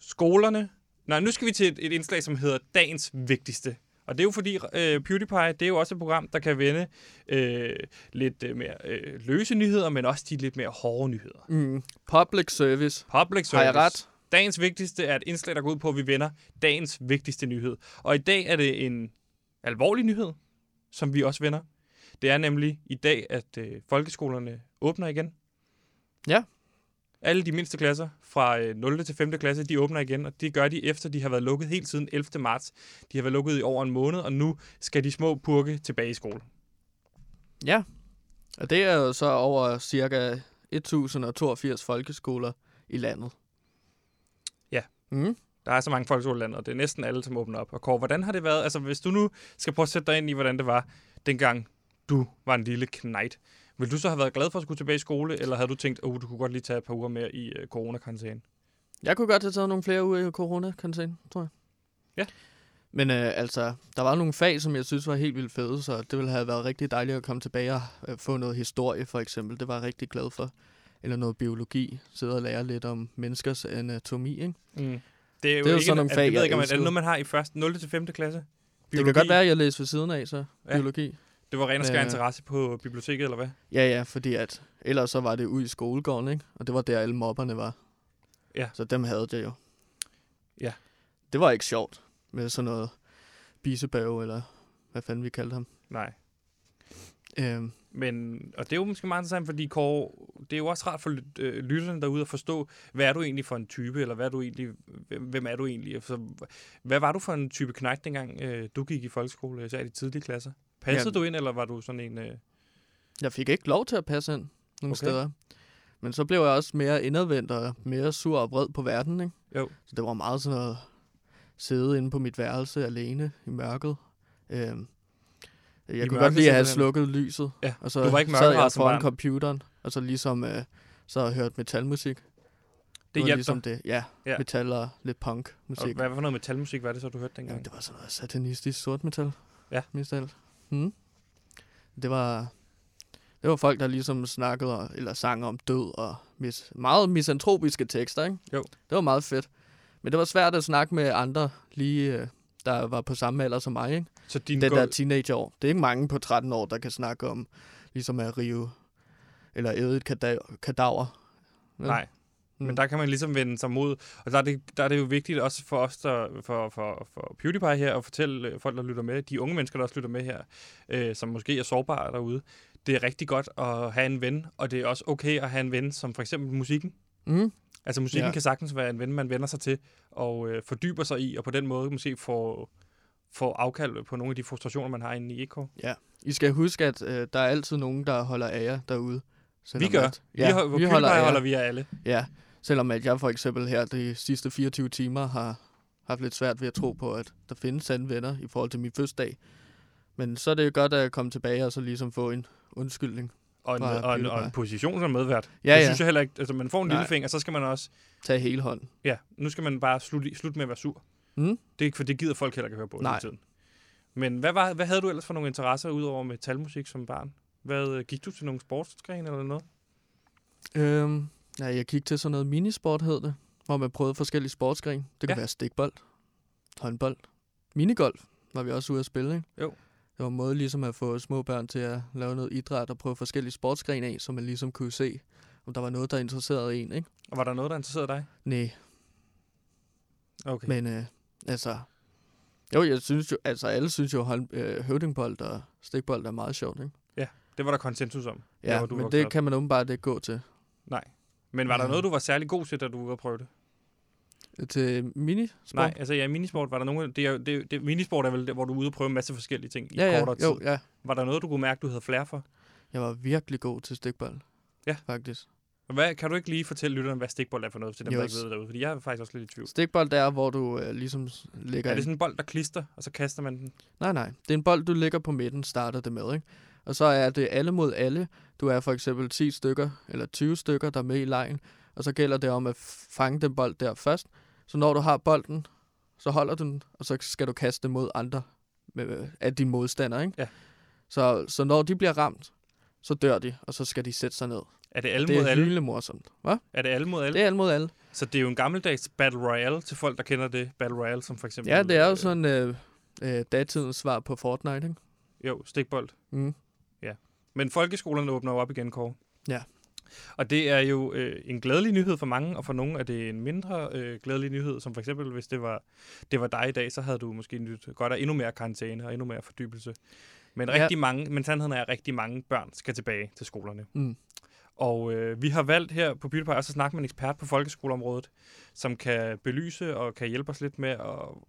S1: Skolerne. Nej, nu skal vi til et, et indslag, som hedder Dagens Vigtigste. Og det er jo fordi, øh, PewDiePie, det er jo også et program, der kan vende øh, lidt øh, mere øh, løse nyheder, men også de lidt mere hårde nyheder.
S2: Mm. Public service.
S1: Public service.
S2: Har jeg ret?
S1: Dagens vigtigste er et indslag, der går ud på, at vi vender dagens vigtigste nyhed. Og i dag er det en alvorlig nyhed, som vi også vender. Det er nemlig i dag, at øh, folkeskolerne åbner igen.
S2: Ja.
S1: Alle de mindste klasser fra øh, 0. til 5. klasse, de åbner igen, og det gør de efter, de har været lukket helt siden 11. marts. De har været lukket i over en måned, og nu skal de små purke tilbage i skole.
S2: Ja. Og det er jo så over cirka 1082 folkeskoler i landet.
S1: Ja.
S2: Mm.
S1: Der er så mange folkeskoleland, og det er næsten alle, som åbner op. Og Kåre, hvordan har det været? Altså, hvis du nu skal prøve at sætte dig ind i, hvordan det var, dengang du var en lille knejt. Vil du så have været glad for at skulle tilbage i skole, eller havde du tænkt, at oh, du kunne godt lige tage et par uger mere i øh, coronakarantæne?
S2: Jeg kunne godt have taget nogle flere uger i corona tror jeg.
S1: Ja.
S2: Men øh, altså, der var nogle fag, som jeg synes var helt vildt fede, så det ville have været rigtig dejligt at komme tilbage og øh, få noget historie, for eksempel. Det var jeg rigtig glad for. Eller noget biologi. Sidde og lære lidt om menneskers anatomi, ikke?
S1: Mm. Det er jo,
S2: Det er jo
S1: ikke
S2: sådan nogle
S1: en-
S2: fag,
S1: jeg ved
S2: jeg
S1: ikke, om, er det
S2: elskede.
S1: noget, man har i første 0. til 5. klasse?
S2: Det kan godt være, at jeg læste ved siden af, så
S1: Ja.
S2: biologi.
S1: Det var ren og skær
S2: Øh,
S1: interesse på biblioteket, eller hvad?
S2: Ja, ja, fordi at ellers så var det ud i skolegården, ikke? Og det var der, alle mobberne var.
S1: Ja.
S2: Så dem havde det jo.
S1: Ja.
S2: Det var ikke sjovt med sådan noget bisebørge, eller hvad fanden vi kaldte ham.
S1: Nej.
S2: Øhm,
S1: Men, og det er jo måske meget interessant, fordi Kåre, det er jo også rart for lyt- øh, lytterne derude at forstå, hvad er du egentlig for en type, eller hvad er du egentlig, hvem hvem er du egentlig? Og Så, hvad var du for en type knægt, dengang øh, du gik i folkeskole, især i de tidlige klasser? Passede
S2: Jamen.
S1: du ind, eller var du sådan en... Øh,
S2: jeg fik ikke lov til at passe ind nogle
S1: Okay.
S2: okay. steder. Men så blev jeg også mere indadvendt og mere sur og vred på verden, ikke?
S1: Jo.
S2: Så det var meget sådan noget sidde inde på mit værelse alene i mørket. Øhm, jeg kunne
S1: mørket
S2: godt lide at have
S1: simpelthen?
S2: slukket lyset.
S1: Ja,
S2: Og så
S1: du var ikke
S2: sad jeg
S1: mørkeret som
S2: foran
S1: barn.
S2: computeren, og så ligesom øh, så hørte metalmusik.
S1: det
S2: var
S1: hjalp
S2: ligesom
S1: dig.
S2: det. Ja,
S1: Ja.
S2: ja, metal og lidt punk
S1: Og
S2: musik.
S1: hvad for noget metalmusik var det så, du hørte dengang?
S2: Jamen, det var sådan noget satanistisk sort metal.
S1: Ja.
S2: Mest af alt. Mm. Det var... Det var folk, der ligesom snakkede og- eller sang om død og mis, meget misantropiske tekster, ikke?
S1: Jo.
S2: Det var meget fedt. Men det var svært at snakke med andre, lige øh, der var på samme alder som mig, ikke?
S1: Så din
S2: Den
S1: gå-
S2: der teenageår. Det er ikke mange på 13 år, der kan snakke om ligesom at rive eller æde et kadaver. kadaver. vel?
S1: Nej. Men
S2: Mm.
S1: der kan man ligesom vende sig mod, og der er det, der er det jo vigtigt også for os, der, for, for, for PewDiePie her, at fortælle øh, folk, der lytter med, de unge mennesker, der også lytter med her, øh, som måske er sårbare derude, det er rigtig godt at have en ven, og det er også okay at have en ven, som for eksempel musikken.
S2: Mm.
S1: Altså musikken ja.
S2: Ja.
S1: kan sagtens være en ven, man vender sig til, og øh, fordyber sig i, og på den måde måske får får afkald på nogle af de frustrationer, man har inde i E EK.
S2: Ja. I skal huske, at øh, der er altid nogen, der holder af jer derude. selvom
S1: gør.
S2: At,
S1: Vi ho- på PewDiePie holder vi af alle.
S2: Ja, selvom at jeg for eksempel her de sidste 24 timer har haft lidt svært ved at tro på, at der findes sande venner i forhold til min fødselsdag. Men så er det jo godt at komme tilbage og så ligesom få en undskyldning.
S1: Og en,
S2: fra
S1: og, en, og en
S2: PewDiePie.
S1: position som medvært.
S2: Ja,
S1: det
S2: ja.
S1: synes jeg heller ikke. Altså, man får en lille
S2: Nej.
S1: finger, så skal man også...
S2: Tage hele hånden.
S1: Ja, nu skal man bare slutte, i- slutte med at være sur.
S2: Mm.
S1: Det er ikke, for det gider folk heller ikke at høre på
S2: Nej.
S1: hele tiden. Men hvad, var, hvad havde du ellers for nogle interesser, udover med talmusik som barn? Hvad, øh, gik du til nogle sportsgren eller noget?
S2: Øhm, ja, jeg kiggede til sådan noget minisport, hed det, hvor man prøvede forskellige sportsgrene. Det kunne
S1: Ja.
S2: ja. være stikbold, håndbold, minigolf var vi også ude at spille, ikke?
S1: Jo.
S2: Det var en måde ligesom at få små børn til at lave noget idræt og prøve forskellige sportsgrene af, så man ligesom kunne se, om der var noget, der interesserede en, ikke?
S1: Og var der noget, der interesserede dig?
S2: Nej.
S1: Okay.
S2: Men øh, altså, jo, jeg synes jo, altså alle synes jo, hånd, øh, høvdingbold og stikbold er meget sjovt, ikke?
S1: Ja, det var der konsensus om.
S2: Ja,
S1: der, hvor
S2: ja
S1: du
S2: men
S1: voksede
S2: det
S1: op.
S2: kan man åbenbart ikke gå til.
S1: Nej. Men var der
S2: Ja.
S1: noget, du var særlig god til, da du var ude at prøve det?
S2: Til minisport?
S1: Nej, altså ja, minisport var der nogen... Det er, jo- det, er- det, minisport er vel der, hvor du er ude og prøve en masse forskellige ting i
S2: Ja, ja,
S1: kortere tid.
S2: jo, ja.
S1: Var der noget, du kunne mærke, du havde flere for?
S2: Jeg var virkelig god til stikbold.
S1: Ja.
S2: Faktisk.
S1: Og Hvad, kan du ikke lige fortælle lytterne, hvad stikbold er for noget, til dem,
S2: Jo,
S1: der ikke
S2: s-
S1: ved det derude? Fordi jeg er faktisk også lidt i tvivl.
S2: Stikbold det er, hvor du øh, ligesom s- lægger...
S1: Er det
S2: en-
S1: sådan en bold, der klister, og så kaster man den?
S2: Nej, nej. Det er en bold, du ligger på midten, starter det med, ikke? Og så er det alle mod alle. Du er for eksempel 10 stykker, eller 20 stykker, der er med i lejen. Og så gælder det om at fange den bold der først. Så når du har bolden, så holder du den, og så skal du kaste den mod andre med, af dine modstandere, ikke?
S1: Ja.
S2: Så, så når de bliver ramt, så dør de, og så skal de sætte sig ned.
S1: Er det alle
S2: det
S1: mod
S2: er
S1: alle?
S2: hylende morsomt. Hvad?
S1: Er det alle mod alle?
S2: Det er alle mod alle.
S1: Så det er jo en gammeldags Battle Royale til folk, der kender det. Battle Royale som for eksempel...
S2: Ja, det er jo sådan øh, øh, datidens svar på Fortnite, ikke?
S1: Jo, stikbold.
S2: Mm.
S1: Ja. Men folkeskolerne åbner jo op igen, Kåre.
S2: Ja.
S1: Og det er jo øh, en glædelig nyhed for mange, og for nogle er det en mindre øh, glædelig nyhed, som for eksempel, hvis det var, det var dig i dag, så havde du måske nyt godt af endnu mere karantæne og endnu mere fordybelse. Men,
S2: Ja.
S1: rigtig mange, men sandheden er, at rigtig mange børn skal tilbage til skolerne.
S2: Mm.
S1: Og øh, vi har valgt her på Beauty Pie også at snakke med en ekspert på folkeskoleområdet, som kan belyse og kan hjælpe os lidt med at,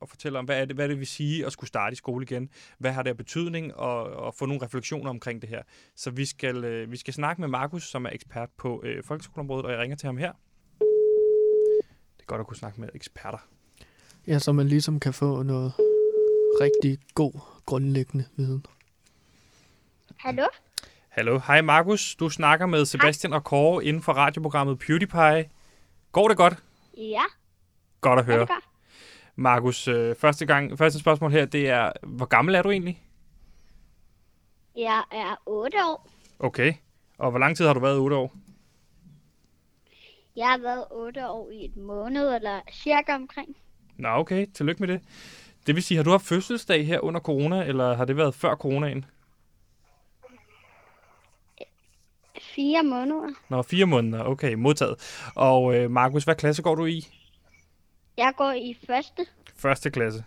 S1: at fortælle om, hvad er det, hvad det vil sige at skulle starte i skole igen. Hvad har det af betydning, og, og få nogle refleksioner omkring det her. Så vi skal, øh, vi skal snakke med Markus, som er ekspert på øh, folkeskoleområdet, og jeg ringer til ham her. Det er godt at kunne snakke med eksperter.
S2: Ja, så man ligesom kan få noget rigtig god grundlæggende viden.
S12: Hallo?
S1: Hallo, hej Markus. Du snakker med Sebastian og Kåre inden for radioprogrammet PewDiePie. Går det godt?
S12: Ja,
S1: Godt at
S12: ja
S1: høre.
S12: det gør.
S1: Markus, øh, første, gang, første spørgsmål her, det er, hvor gammel er du egentlig?
S12: Jeg er 8 år.
S1: Okay. Og hvor lang tid har du været 8 år?
S12: Jeg har været 8 år i et måned, eller cirka omkring.
S1: Nå, okay. Tillykke med det. Det vil sige, har du haft fødselsdag her under corona, eller har det været før coronaen?
S12: Fire måneder.
S1: Nå, fire måneder. Okay, modtaget. Og øh, Markus, hvad klasse går du i?
S12: Jeg går i første.
S1: Første klasse.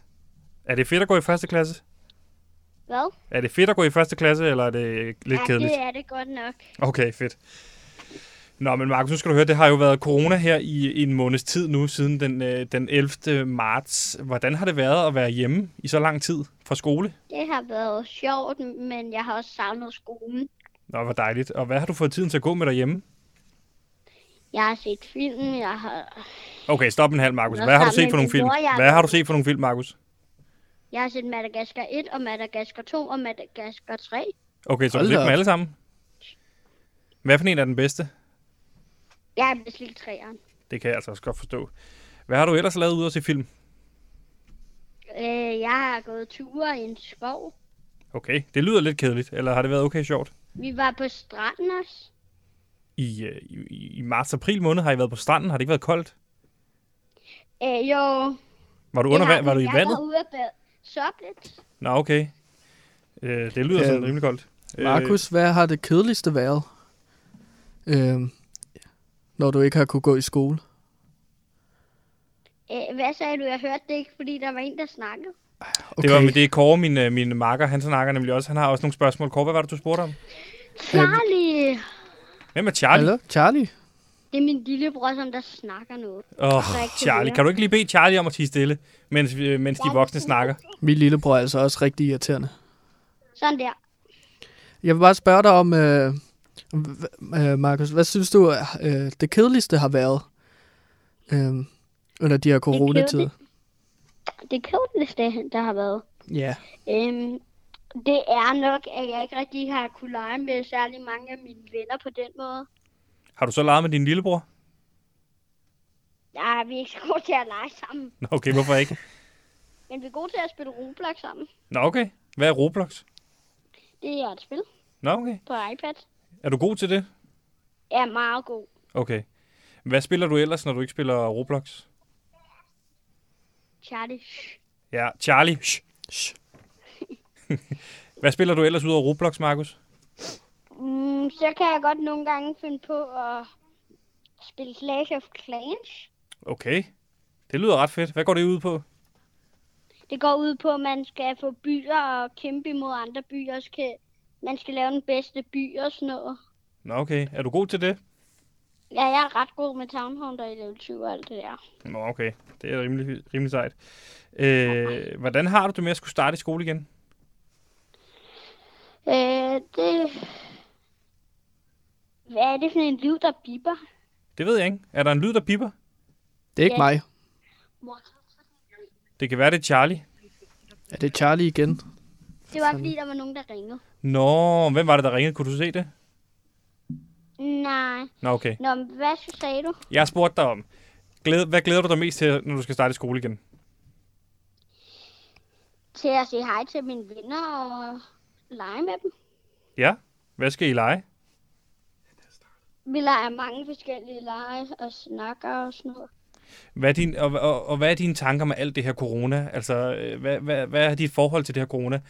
S1: Er det fedt at gå i første klasse?
S12: Hvad?
S1: Er det fedt at gå i første klasse, eller er det lidt
S12: ja,
S1: kedeligt?
S12: det er det godt nok.
S1: Okay, fedt. Nå, men Markus, nu skal du høre, det har jo været corona her i en måneds tid nu, siden den, øh, den 11. marts. Hvordan har det været at være hjemme i så lang tid fra skole?
S12: Det har været sjovt, men jeg har også savnet skolen.
S1: Nå, hvor dejligt. Og hvad har du fået tiden til at gå med derhjemme?
S12: Jeg har set film, jeg har,
S1: Okay, stop en halv, Markus.
S12: Nå,
S1: Hvad har du
S12: sammen
S1: set
S12: med
S1: for nogle
S12: min
S1: film?
S12: bror, jeg-
S1: Hvad har du set for nogle film, Markus?
S12: jeg har set Madagaskar 1 og Madagaskar 2 og Madagaskar 3.
S1: Okay, så har
S2: Hold
S1: du set
S2: da
S1: dem
S2: op.
S1: alle sammen? Hvad for en er den bedste?
S12: Jeg er bedst lille træeren.
S1: Det kan jeg altså også godt forstå. Hvad har du ellers lavet ud af se film?
S12: Øh, jeg har gået ture i en skov.
S1: Okay, det lyder lidt kedeligt, eller har det været okay sjovt?
S12: Vi var på stranden også.
S1: I, øh, i, i- i marts-april måned har I været på stranden. Har det ikke været koldt?
S12: Øh, jo,
S1: Var du,
S12: Det
S1: under,
S12: har
S1: vand-
S12: vi.
S1: var du i
S12: jeg
S1: vandet?
S12: Jeg var ude at bade. Sop lidt.
S1: Nå, okay. Øh, det lyder øh, sådan
S2: Øh,
S1: rimelig koldt.
S2: Markus, hvad har det kedeligste været, øh, når du ikke har kunne gå i skole?
S12: Øh, hvad sagde du? Jeg hørte det ikke, fordi der var en, der snakkede.
S1: Øh, det var med det er Kåre, min, øh, min marker, han snakker nemlig også. Han har også nogle spørgsmål. Kåre, hvad var det, du spurgte om?
S12: Charlie!
S1: Øhm, Hvem er Charlie?
S2: Hallo, Charlie?
S10: Det er min lillebror, som der snakker noget.
S1: Åh, oh,
S10: Så jeg ikke
S1: Charlie.
S10: høre.
S1: Kan du ikke lige bede Charlie om at tige stille, mens, øh, mens de voksne snakker?
S2: Min lillebror er altså også rigtig irriterende.
S10: Sådan der.
S2: Jeg vil bare spørge dig om, øh, hv- øh, Markus, hvad synes du, øh, det kedeligste har været øh, under de her coronatider?
S10: Det kedeligste, der har været.
S2: Ja.
S10: Øhm, det er nok, at jeg ikke rigtig har kunne lege med særlig mange af mine venner på den måde.
S1: Har du så leget med din lillebror?
S10: Ja, vi er ikke så gode til at lege sammen.
S1: Nå, okay, hvorfor ikke?
S10: Men vi er gode til at spille Roblox sammen.
S1: Nå, okay. Hvad er Roblox?
S10: Det er et spil
S1: Nå, okay.
S10: på iPad.
S1: Er du god til det?
S10: Jeg er meget god.
S1: Okay. Hvad spiller du ellers, når du ikke spiller Roblox?
S10: Charlie.
S1: Ja, Charlie. Shh, shh. [LAUGHS] Hvad spiller du ellers ud over Roblox, Markus?
S10: Mm, så kan jeg godt nogle gange finde på at spille Clash of Clans.
S1: Okay. Det lyder ret fedt. Hvad går det ud på?
S10: Det går ud på, at man skal få byer og kæmpe imod andre byer. og Skal, man skal lave den bedste by og sådan noget.
S1: Nå, okay. Er du god til det?
S10: Ja, jeg er ret god med Town Hall, der i level 20 og alt det der.
S1: Nå, okay. Det er rimelig, rimelig sejt. Øh, hvordan har du det med at skulle starte i skole igen?
S10: Øh, det... Hvad er det for en liv, der bipper?
S1: Det ved jeg ikke. Er der en lyd, der pipper?
S2: Det er ikke
S10: Ja.
S2: mig.
S1: Det kan være, det er Charlie.
S2: Er det Charlie igen?
S10: Det var fordi, der var nogen, der ringede.
S1: Nå, hvem var det, der ringede? Kunne du se det?
S10: Nej.
S1: Nå, okay.
S10: Nå, men hvad så sagde du?
S1: Jeg spurgte dig om, glæde, hvad glæder du dig mest til, når du skal starte i skole igen?
S10: Til at sige hej til mine venner og lege med dem.
S1: Ja? Hvad skal I lege?
S10: Vi leger mange forskellige lege og snakker og sådan noget.
S1: Hvad er din, og, og, og hvad er dine tanker med alt det her corona? Altså, øh, hvad, hvad, hvad er dit forhold til det her corona?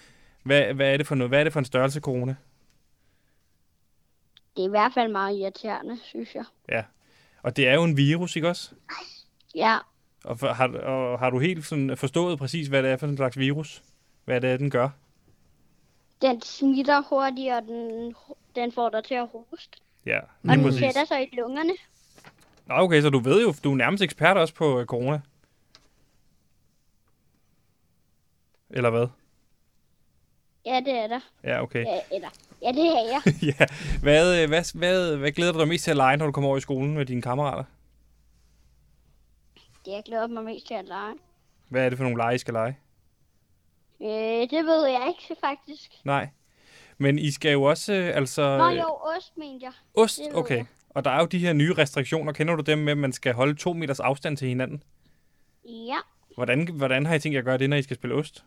S1: Hvad, hvad, er det for noget? hvad er det for en størrelse corona?
S10: Det er i hvert fald meget irriterende, synes jeg.
S1: Ja. Og det er jo en virus, ikke også?
S10: Ja,
S1: Og, for, har, og har du helt sådan forstået præcis, hvad det er for en slags virus? Hvad det er, den gør?
S10: den smitter hurtigt, og den, den får dig til at hoste.
S1: Ja,
S10: Og
S1: lige
S10: den
S1: præcis.
S10: sætter sig i lungerne.
S1: Nå, okay, så du ved jo, du er nærmest ekspert også på øh, corona. Eller hvad?
S10: Ja, det er der.
S1: Ja, okay.
S10: Ja, eller, ja det er
S1: [LAUGHS]
S10: jeg.
S1: ja. Hvad, øh, hvad, hvad, hvad glæder du dig mest til at lege, når du kommer over i skolen med dine kammerater?
S10: Det jeg glæder mig mest til at lege.
S1: Hvad er det for nogle lege, I skal lege?
S10: Øh, det ved jeg ikke faktisk.
S1: Nej. Men I skal jo også, øh, altså...
S10: Nå
S1: øh,
S10: jo, ost, mente jeg.
S1: Ost,
S10: Det ved
S1: okay.
S10: jeg.
S1: Og der er jo de her nye restriktioner. Kender du dem med, at man skal holde to meters afstand til hinanden?
S10: Ja,
S1: Hvordan, hvordan har I tænkt jer at gøre det, når I skal spille ost?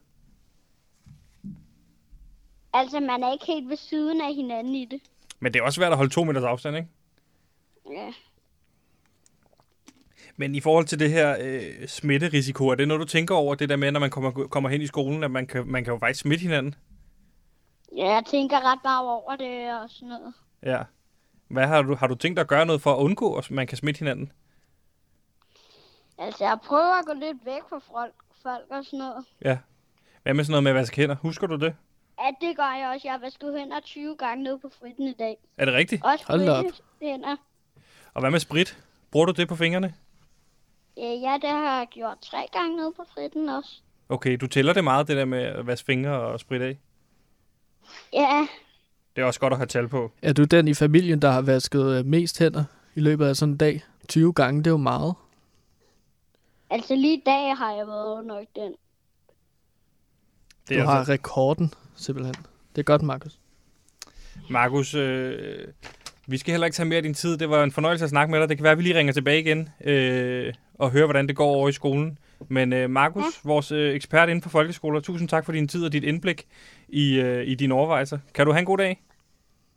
S10: altså man er ikke helt ved siden af hinanden i det.
S1: Men det er også svært at holde to meters afstand, ikke?
S10: Ja.
S1: Men i forhold til det her øh, smitterisiko, er det noget, du tænker over, det der med, når man kommer, kommer hen i skolen, at man kan, man kan jo faktisk smitte hinanden?
S10: ja, jeg tænker ret meget over det øh, og sådan noget.
S1: Ja. Hvad har du, har du tænkt dig at gøre noget for at undgå, at man kan smitte hinanden?
S10: Altså jeg prøver at gå lidt væk fra folk, folk og sådan noget.
S1: Ja. Hvad med sådan noget med at vaske hænder? Husker du det?
S10: Ja, det gør jeg også. Jeg har vasket hænder 20 gange nede på fritten i dag.
S1: Er det rigtigt?
S10: Også frittet hænder.
S1: Og hvad med sprit? Bruger du det på fingrene?
S10: Øh, Ja, det har jeg gjort tre gange nede på fritten også.
S1: Okay, du tæller det meget, det der med at vaske fingre og spritte af.
S10: Ja,
S1: Det er også godt at have tal på.
S2: Er du den i familien, der har vasket øh, mest hænder i løbet af sådan en dag? 20 gange, det er jo meget.
S10: altså lige i dag har jeg været nok den.
S2: Det du har altså... rekorden, simpelthen. Det er godt, Markus.
S1: altså- Markus, øh, vi skal heller ikke tage mere af din tid. Det var en fornøjelse at snakke med dig. Det kan være, at vi lige ringer tilbage igen øh, og hører, hvordan det går over i skolen. Men øh, Markus,
S10: Mm.
S1: ja. vores øh, ekspert inden for folkeskoler, tusind tak for din tid og dit indblik i, øh, i dine overvejelser. Kan du have en god dag?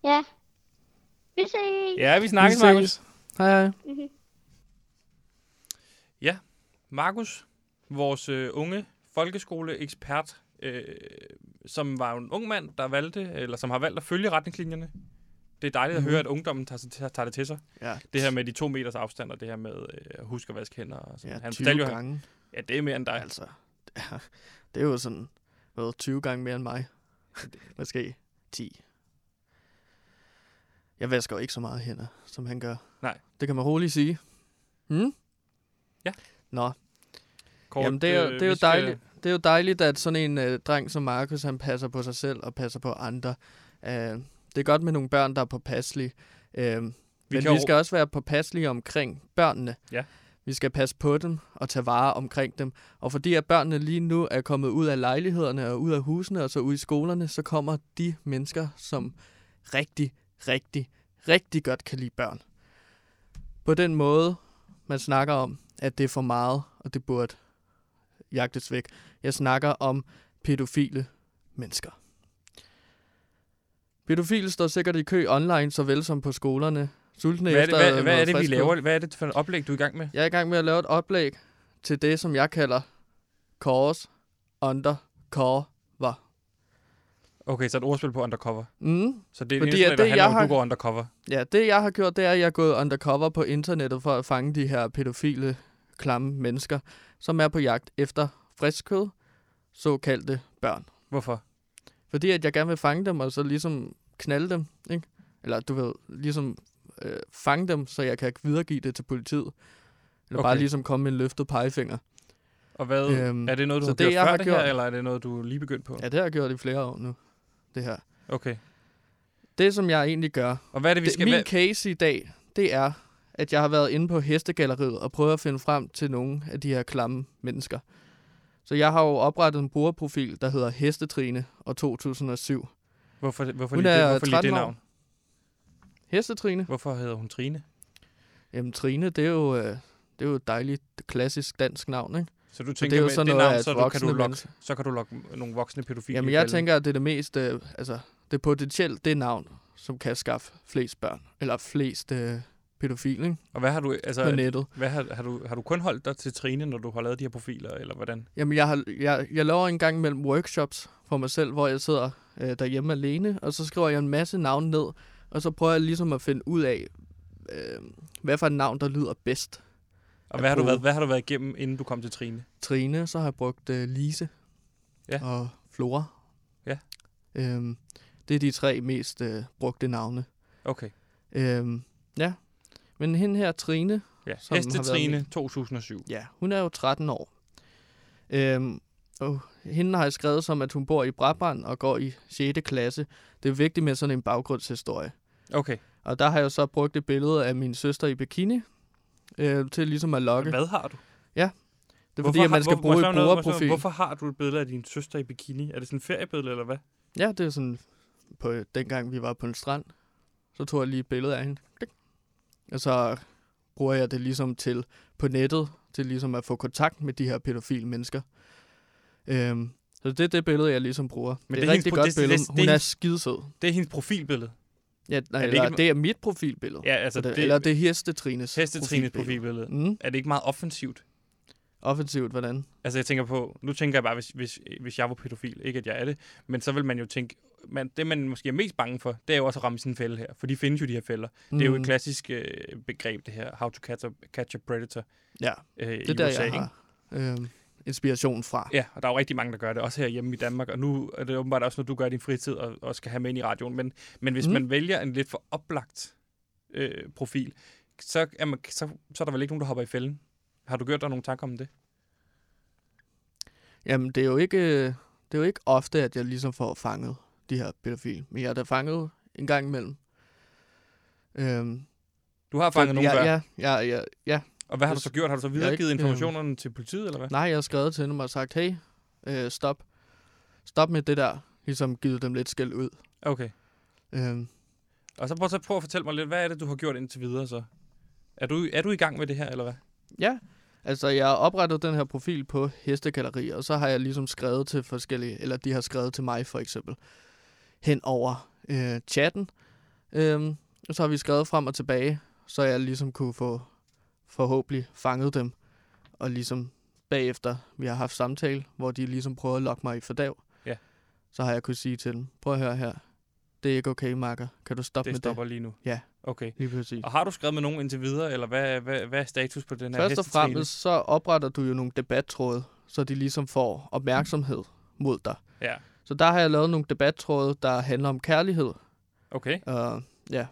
S10: Ja. Vi ses.
S1: Ja, vi snakkes, Markus.
S2: Hej, hej.
S10: Mhm.
S1: Ja, Markus, vores øh, unge folkeskoleekspert, øh, som var jo en ung mand, der valgte, eller som har valgt at følge retningslinjerne. Det er dejligt at
S2: Mhm.
S1: høre, at ungdommen tager, sig- tager tager det til sig.
S2: Ja.
S1: Det her med de to meters afstand, og det her med øh, at huske at vaske hænder. Og sådan.
S2: Ja,
S1: Han
S2: 20
S1: fortalte jo,
S2: gange.
S1: Ja, det er mere end dig.
S2: Altså, [LAUGHS] Det er jo sådan
S1: [LAUGHS]
S2: hvad, 20 gange mere end mig. Måske 10. Jeg vasker jo ikke så meget hænder, som han gør.
S1: Nej.
S2: Det kan man roligt sige. Hmm?
S1: Ja.
S2: Nå.
S1: Kort,
S2: Kort, Jamen, det er, jo,
S1: øh,
S2: det, er jo
S1: vi skal-
S2: dejligt, det er jo dejligt, at sådan en øh, dreng som Markus, han passer på sig selv og passer på andre. Øh, det er godt med nogle børn, der er påpasselige. Øh, vi men
S1: kan
S2: vi
S1: jo-
S2: skal også være påpasselige omkring børnene.
S1: Ja.
S2: Vi skal passe på dem og tage vare omkring dem. Og fordi at børnene lige nu er kommet ud af lejlighederne og ud af husene og så ud i skolerne, så kommer de mennesker, som rigtig, rigtig, rigtig godt kan lide børn. På den måde, man snakker om, at det er for meget, og det burde jagtes væk. Jeg snakker om pædofile mennesker. Pædofile står sikkert i kø online, såvel som på skolerne. Sultne
S1: Hvad er det,
S2: efter
S1: hvad, hvad er
S2: noget
S1: det vi
S2: frisk
S1: laver?
S2: luft.
S1: Hvad er det for et oplæg, du er i gang med?
S2: Jeg er i gang med at lave et oplæg til det, som jeg kalder Kors Undercover.
S1: Okay, så et ordspil på undercover.
S2: Mm.
S1: Så det er
S2: Fordi
S1: Fordi,
S2: at
S1: en det, der
S2: det,
S1: handler
S2: jeg
S1: om, at
S2: har-
S1: du går undercover.
S2: Ja, det jeg har gjort, det er, at jeg er gået undercover på internettet for at fange de her pædofile, klamme mennesker, som er på jagt efter friskkød, såkaldte børn.
S1: Hvorfor?
S2: Fordi at jeg gerne vil fange dem, og så ligesom knalde dem, ikke? Eller du ved, ligesom øh, fange dem, så jeg kan videregive det til politiet. Eller okay. bare
S1: Okay.
S2: ligesom komme med en løftet pegefinger.
S1: Og hvad,
S2: Øhm,
S1: er det noget, du
S2: så
S1: har
S2: det,
S1: gjort
S2: jeg
S1: før
S2: har
S1: det
S2: gjort-
S1: her, eller er det noget, du er lige begyndt på?
S2: Ja, det har jeg gjort i flere år nu, det her.
S1: Okay.
S2: Det, som jeg egentlig gør...
S1: Og hvad er det, vi skal-
S2: Min
S1: hvad-
S2: case i dag, det er, at jeg har været inde på hestegalleriet og prøvet at finde frem til nogle af de her klamme mennesker. Så jeg har jo oprettet en brugerprofil, der hedder Hestetrine og 2007.
S1: Hvorfor, hvorfor,
S2: Hun
S1: lige, det,
S2: er
S1: hvorfor lige
S2: 13
S1: det
S2: år.
S1: navn?
S2: Hestetrine.
S1: Hvorfor hedder hun Trine?
S2: Jamen, Trine, det er jo, øh, det er jo et dejligt klassisk dansk navn, ikke?
S1: Så du
S2: Og
S1: tænker,
S2: det er jo
S1: med
S2: sådan
S1: det
S2: noget,
S1: navn,
S2: at
S1: så, du kan du
S2: voksne
S1: lokke,
S2: mennesker-
S1: så kan du lokke nogle voksne pædofile.
S2: Jamen,
S1: i
S2: jeg
S1: faldet.
S2: tænker, at det er det mest, øh, altså, det potentielt det navn, som kan skaffe flest børn, eller flest øh, pædofile, ikke?
S1: Og hvad har du, altså,
S2: på nettet.
S1: Hvad har, har, du, har du kun holdt dig til Trine, når du har lavet de her profiler, eller hvordan?
S2: Jamen, jeg, har, jeg, jeg laver en gang mellem workshops for mig selv, hvor jeg sidder øh, derhjemme alene, og så skriver jeg en masse navne ned, og så prøver jeg ligesom at finde ud af, øh, hvad for et navn, der lyder bedst.
S1: Og hvad har, du
S2: bruge.
S1: været, hvad har du været igennem, inden du kom til Trine?
S2: Trine, så har jeg brugt øh, Lise
S1: ja.
S2: og Flora.
S1: Ja.
S2: Øhm, det er de tre mest øh, brugte navne.
S1: Okay.
S2: Øhm, ja. Men hende her, Trine,
S1: Ja,
S2: som har været
S1: Hestetrine
S2: med-
S1: 2007.
S2: Ja, hun er jo 13 år. Øhm, og hende har jeg skrevet som, at hun bor i Brabrand og går i 6. klasse. Det er vigtigt med sådan en baggrundshistorie.
S1: Okay.
S2: Og der har jeg jo så brugt et billede af min søster i bikini øh, til ligesom at lokke.
S1: Hvad har du?
S2: Ja, det er fordi, at man skal bruge et brugerprofil.
S1: Hvorfor har du et billede af din søster i bikini? Er det sådan en feriebillede, eller hvad?
S2: Ja, det er sådan, på, dengang vi var på en strand, så tog jeg lige et billede af hende. Klik. Og så bruger jeg det ligesom til på nettet, til ligesom at få kontakt med de her pædofile mennesker. Øhm, så det er det billede, jeg ligesom bruger. Men det er et
S1: hendes
S2: rigtig
S1: pro-
S2: godt
S1: det- det-
S2: billede.
S1: det- det
S2: Hun er
S1: hendes-
S2: skidesød.
S1: Det er hendes profilbillede.
S2: Ja, nej,
S1: Er
S2: det,
S1: det
S2: eller,
S1: ikke-
S2: det er mit profilbillede.
S1: Ja, altså,
S2: eller det,
S1: det-
S2: eller det er Hestetrines
S1: Hestetrines profilbillede.
S2: Mm.
S1: Er det ikke meget offensivt?
S2: Offensivt, hvordan?
S1: Altså, jeg tænker på, nu tænker jeg bare, hvis, hvis, hvis jeg var pædofil, ikke at jeg er det, men så vil man jo tænke, man, det man måske er mest bange for, det er jo også at ramme sin fælde her, for de findes jo de her fælder. Mm. Det er jo
S2: Mm.
S1: et klassisk øh, begreb, det her, how to catch a, catch a predator.
S2: Ja,
S1: øh,
S2: det
S1: i
S2: er der,
S1: USA,
S2: jeg
S1: ikke?
S2: har øhm, inspiration fra.
S1: Ja, og der er jo rigtig mange, der gør det, også herhjemme i Danmark, og nu er det åbenbart også noget, du gør i din fritid og, og skal have med ind i radioen. Men, men hvis
S2: Mm.
S1: mm. man vælger en lidt for oplagt øh, profil, så er, man, så, så er der vel ikke nogen, der hopper i fælden. Har du gjort dig nogle tanker om det?
S2: Jamen, det er jo ikke, øh, det er jo ikke ofte, at jeg ligesom får fanget de her pædofile. Men jeg er da fanget en gang imellem. Øhm,
S1: Du har fanget
S2: så-
S1: nogen
S2: ja,
S1: før?
S2: Ja, ja, ja, ja.
S1: Og hvad har du
S2: Jeg-
S1: så gjort? Har du så
S2: jeg er
S1: videregivet
S2: ikke, øh,
S1: informationerne til politiet, eller hvad?
S2: Nej, jeg har skrevet til dem og sagt, hey, øh, stop. Stop med det der. Ligesom givet dem lidt skæld ud.
S1: Okay.
S2: Øhm,
S1: Og så prøv, så prøv at fortælle mig lidt, hvad er det, du har gjort indtil videre så? Er du, er du i gang med det her, eller hvad?
S2: ja, altså jeg har oprettet den her profil på Hestegalleri, og så har jeg ligesom skrevet til forskellige, eller de har skrevet til mig for eksempel, hen over øh, chatten. Øhm, og så har vi skrevet frem og tilbage, så jeg ligesom kunne få forhåbentlig fanget dem. Og ligesom bagefter, vi har haft samtale, hvor de ligesom prøver at lokke mig i fordav,
S1: Ja.
S2: så har jeg kunnet sige til dem, prøv at høre her, det er ikke okay, Marker. Kan du stoppe
S1: Det
S2: med
S1: stopper
S2: det?
S1: lige nu.
S2: Ja,
S1: Okay.
S2: lige præcis.
S1: Og har du skrevet med nogen indtil videre, eller hvad, hvad, hvad er status på den her
S2: Først og
S1: hestetrine?
S2: fremmest så opretter du jo nogle debattråde, så de ligesom får opmærksomhed mod dig.
S1: Ja.
S2: Så der har jeg lavet nogle debattråde, der handler om kærlighed.
S1: Okay.
S2: Og ja,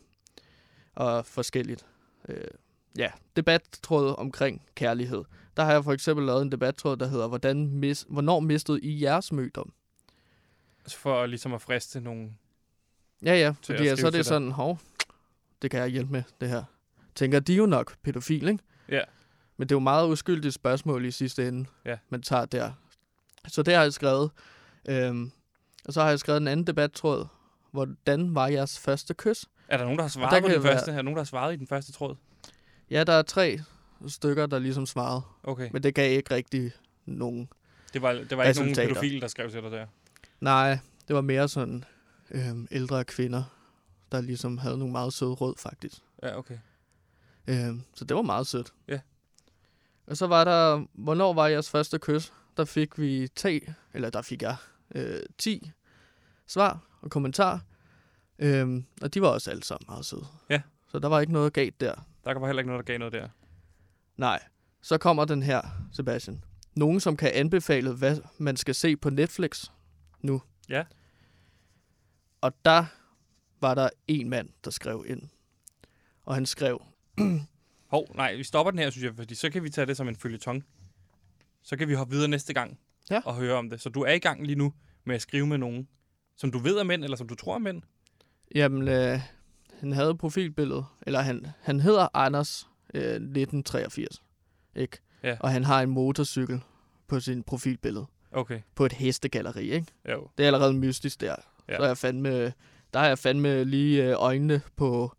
S2: og forskelligt. Øh, ja, debattråd omkring kærlighed. Der har jeg for eksempel lavet en debattråd, der hedder, Hvordan mis- hvornår mistede I jeres mødom?
S1: Altså for ligesom at friste nogle...
S2: Ja, ja,
S1: til at
S2: fordi ja, så
S1: skrive
S2: er
S1: til dig.
S2: det sådan, hov, det kan jeg hjælpe med, det her. Tænker de er jo nok pædofil, ikke?
S1: Ja.
S2: Men det er jo meget uskyldigt spørgsmål i sidste ende,
S1: Ja.
S2: man tager der. Så det har jeg skrevet. Øhm, og så har jeg skrevet en anden debattråd. Hvordan var jeres første kys?
S1: Er der nogen, der har
S2: Og
S1: svaret
S2: der
S1: på
S2: kan
S1: den
S2: være-
S1: første? Er der nogen, der har svaret i den første tråd?
S2: Ja, der er tre stykker, der ligesom svarede.
S1: Okay.
S2: Men det gav ikke rigtig nogen
S1: Det var, det var ikke nogen
S2: resultater.
S1: pædofil, der skrev til dig der.
S2: Nej, det var mere sådan øhm, ældre kvinder, der ligesom havde nogle meget søde råd, faktisk.
S1: Ja, okay.
S2: Øhm, så det var meget sødt.
S1: Ja.
S2: Og så var der, hvornår var jeres første kys? Der fik vi te, eller der fik jeg øh, 10 svar og kommentarer. Øhm, og de var også alle sammen meget søde.
S1: Ja.
S2: Så der var ikke noget galt der.
S1: Der var heller ikke noget, der gav noget der.
S2: Nej. Så kommer den her, Sebastian. Nogen, som kan anbefale, hvad man skal se på Netflix nu.
S1: Ja.
S2: Og der var der en mand, der skrev ind. Og han skrev,
S1: Hov, nej, vi stopper den her, synes jeg, fordi så kan vi tage det som en følgetong. Så kan vi hoppe videre næste gang
S2: ja.
S1: og høre om det. Så du er i gang lige nu med at skrive med nogen, som du ved er mænd, eller som du tror er mænd.
S2: jamen, øh, han havde profilbilledet, eller han, han hedder Anders øh, 1983, ikke?
S1: Ja.
S2: Og han har en motorcykel på sin profilbillede.
S1: Okay.
S2: På et hestegalleri, ikke?
S1: Jo.
S2: Det er allerede mystisk der.
S1: Ja.
S2: Ja. Så er jeg fandme, der har jeg fandme lige øh, øjnene på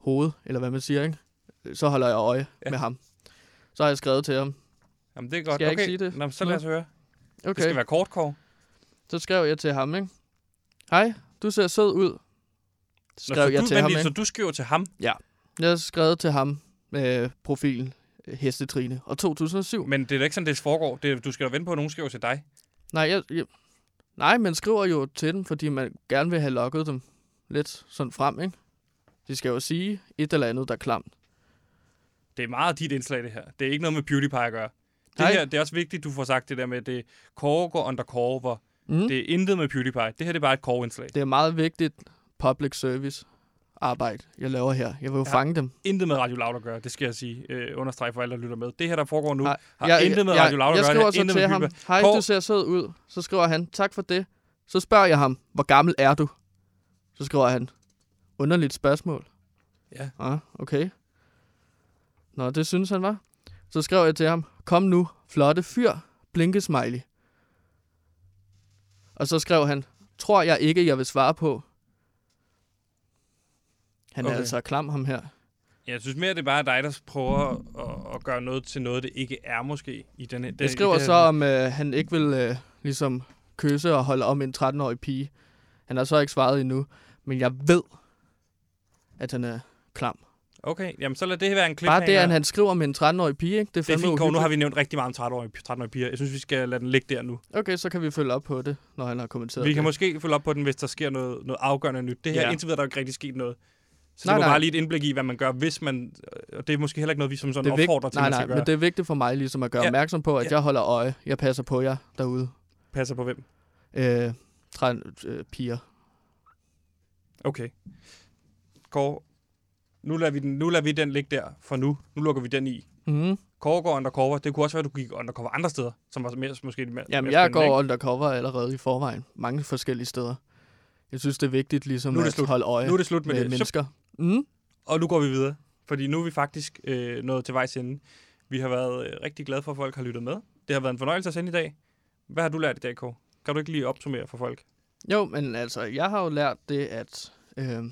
S2: hovedet, eller hvad man siger, ikke? Så holder jeg øje ja. med ham. Så har jeg skrevet til ham.
S1: Jamen, det er godt.
S2: Skal jeg
S1: okay.
S2: ikke sige det?
S1: Nå, men så lad os høre.
S2: Okay.
S1: Det skal være kort, Kåre.
S2: Så skrev jeg til ham, ikke? Hej, du ser sød ud.
S1: Nå,
S2: Skrev
S1: så
S2: jeg
S1: du,
S2: til ham,
S1: lige-
S2: ikke?
S1: Så du skriver til ham?
S2: Ja. Jeg har skrevet til ham med øh, profilen øh, Hestetrine og 2007.
S1: Men det er da ikke sådan, det foregår. Det, er- du skal da vente på, at nogen skriver til dig.
S2: Nej, jeg, jeg, nej, man skriver jo til dem, fordi man gerne vil have lokket dem lidt sådan frem, ikke? De skal jo sige et eller andet, der er klamt.
S1: Det er meget dit indslag, det her. Det er ikke noget med PewDiePie at gøre. Det,
S2: Nej.
S1: her, det er også vigtigt, du får sagt det der med, at det Kåre går undercover.
S2: Mm.
S1: Mm. Det er intet med PewDiePie. Det her det er bare et Kåre-indslag.
S2: Det er meget vigtigt public service arbejde, jeg laver her. Jeg vil jo
S1: Ja.
S2: ja. fange dem.
S1: Intet med Radio Loud at gøre, det skal jeg sige. Øh, understreg for alle, der lytter med. Det her, der foregår nu,
S2: Nej,
S1: har jeg, intet med
S2: jeg,
S1: Radio Loud at
S2: jeg,
S1: gøre. det
S2: jeg
S1: har
S2: skriver så
S1: intet
S2: til
S1: med
S2: ham,
S1: PewDiePie.
S2: hej,
S1: Kåre,
S2: du ser sød ud. Så skriver han, tak for det. Så spørger jeg ham, hvor gammel er du? Så skriver han, underligt spørgsmål.
S1: Ja.
S2: Ah, okay. Nå, det synes han var. Så skrev jeg til ham, kom nu, flotte fyr, blinkesmiley. Og så skrev han, tror jeg ikke, jeg vil svare på. Han okay.
S1: Okay.
S2: er altså klam, ham her.
S1: Jeg synes mere, det er bare dig, der prøver at, at gøre noget til noget, det ikke er måske i den her...
S2: Jeg skriver så, om øh, han ikke vil øh, ligesom kysse og holde om en 13-årig pige. Han har så ikke svaret endnu, men jeg ved, at han er klam.
S1: Okay, jamen så lad det her være en klip.
S2: Bare det, at han skriver om en 13-årig pige, ikke? det er
S1: Det er
S2: fandme
S1: fint, Kåre. Nu har vi
S2: uhyggeligt.
S1: nævnt rigtig meget om 13-årige 13 piger. Jeg synes, vi skal lade den ligge der nu.
S2: Okay, så kan vi følge op på det, når han har kommenteret
S1: Vi kan
S2: det.
S1: måske følge op på den, hvis der sker noget, noget afgørende nyt. Det her,
S2: Ja.
S1: ja. indtil videre, der er jo ikke rigtig sket noget. Så
S2: Nej,
S1: det var
S2: nej.
S1: bare lige et indblik i, hvad man gør, hvis man... Og det er måske heller ikke noget, vi som sådan
S2: det er
S1: opfordrer til,
S2: nej,
S1: man
S2: nej,
S1: skal gøre.
S2: men det er vigtigt for mig ligesom at gøre
S1: Ja.
S2: ja. opmærksom på, at
S1: Ja.
S2: ja. jeg holder øje. Jeg passer på jer derude.
S1: Passer på hvem?
S2: Øh, 13 øh, piger.
S1: Okay. Kåre, nu lader, vi den, nu lader vi den ligge der for nu. Nu lukker vi den i.
S2: Mhm.
S1: Kåre går undercover. Det kunne også være, at du gik undercover andre steder, som var mere, måske mere,
S2: Jamen,
S1: mere
S2: jeg
S1: spændende,
S2: går undercover allerede i forvejen. Mange forskellige steder. Jeg synes, det er vigtigt ligesom
S1: Nu er det
S2: at
S1: slut.
S2: holde øje
S1: Nu er det slut med, det.
S2: mennesker.
S1: Så, mm. Og nu går vi videre, fordi nu er vi faktisk øh, nået til vejs ende. Vi har været øh, rigtig glade for, at folk har lyttet med. Det har været en fornøjelse at sende i dag. Hvad har du lært i dag, Kåre? Kan du ikke lige opsummere for folk?
S2: Jo, men altså, jeg har jo lært det, at øh,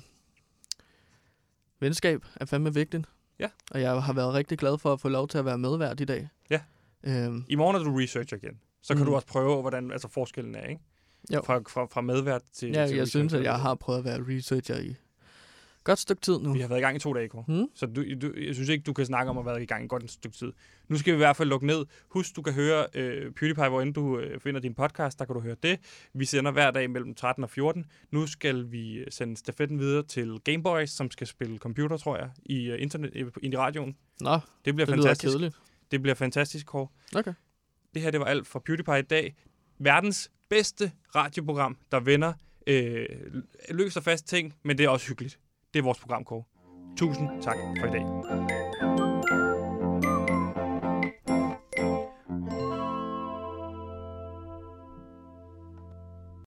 S2: venskab er fandme vigtigt.
S1: Ja.
S2: Og jeg har været rigtig glad for at få lov til at være medvært i dag.
S1: Ja.
S2: Øhm,
S1: I morgen er du researcher igen. Så kan
S2: Mm.
S1: du også prøve, hvordan altså forskellen er, ikke?
S2: Jo.
S1: Fra, fra, fra medvært til
S2: ja,
S1: til
S2: jeg synes,
S1: researcher.
S2: at jeg har prøvet at være researcher i godt stykke tid nu.
S1: Vi har været i gang i to dage, Kåre.
S2: Mm.
S1: Så du, du, jeg synes ikke, du kan snakke om at have været i gang i godt et stykke tid. Nu skal vi i hvert fald lukke ned. Husk, du kan høre øh, PewDiePie, hvor end du øh, finder din podcast. Der kan du høre det. Vi sender hver dag mellem 13 og 14. Nu skal vi øh, sende stafetten videre til Gameboys, som skal spille computer, tror jeg, i, øh, internet, øh, i radioen.
S2: Nå,
S1: det bliver
S2: det lyder
S1: fantastisk.
S2: kedeligt.
S1: Det bliver fantastisk, Kåre.
S2: Okay.
S1: Det her, det var alt fra PewDiePie i dag. Verdens bedste radioprogram, der vender øh, løser fast ting, men det er også hyggeligt. Det er vores program, Kåre. Tusind tak for i dag.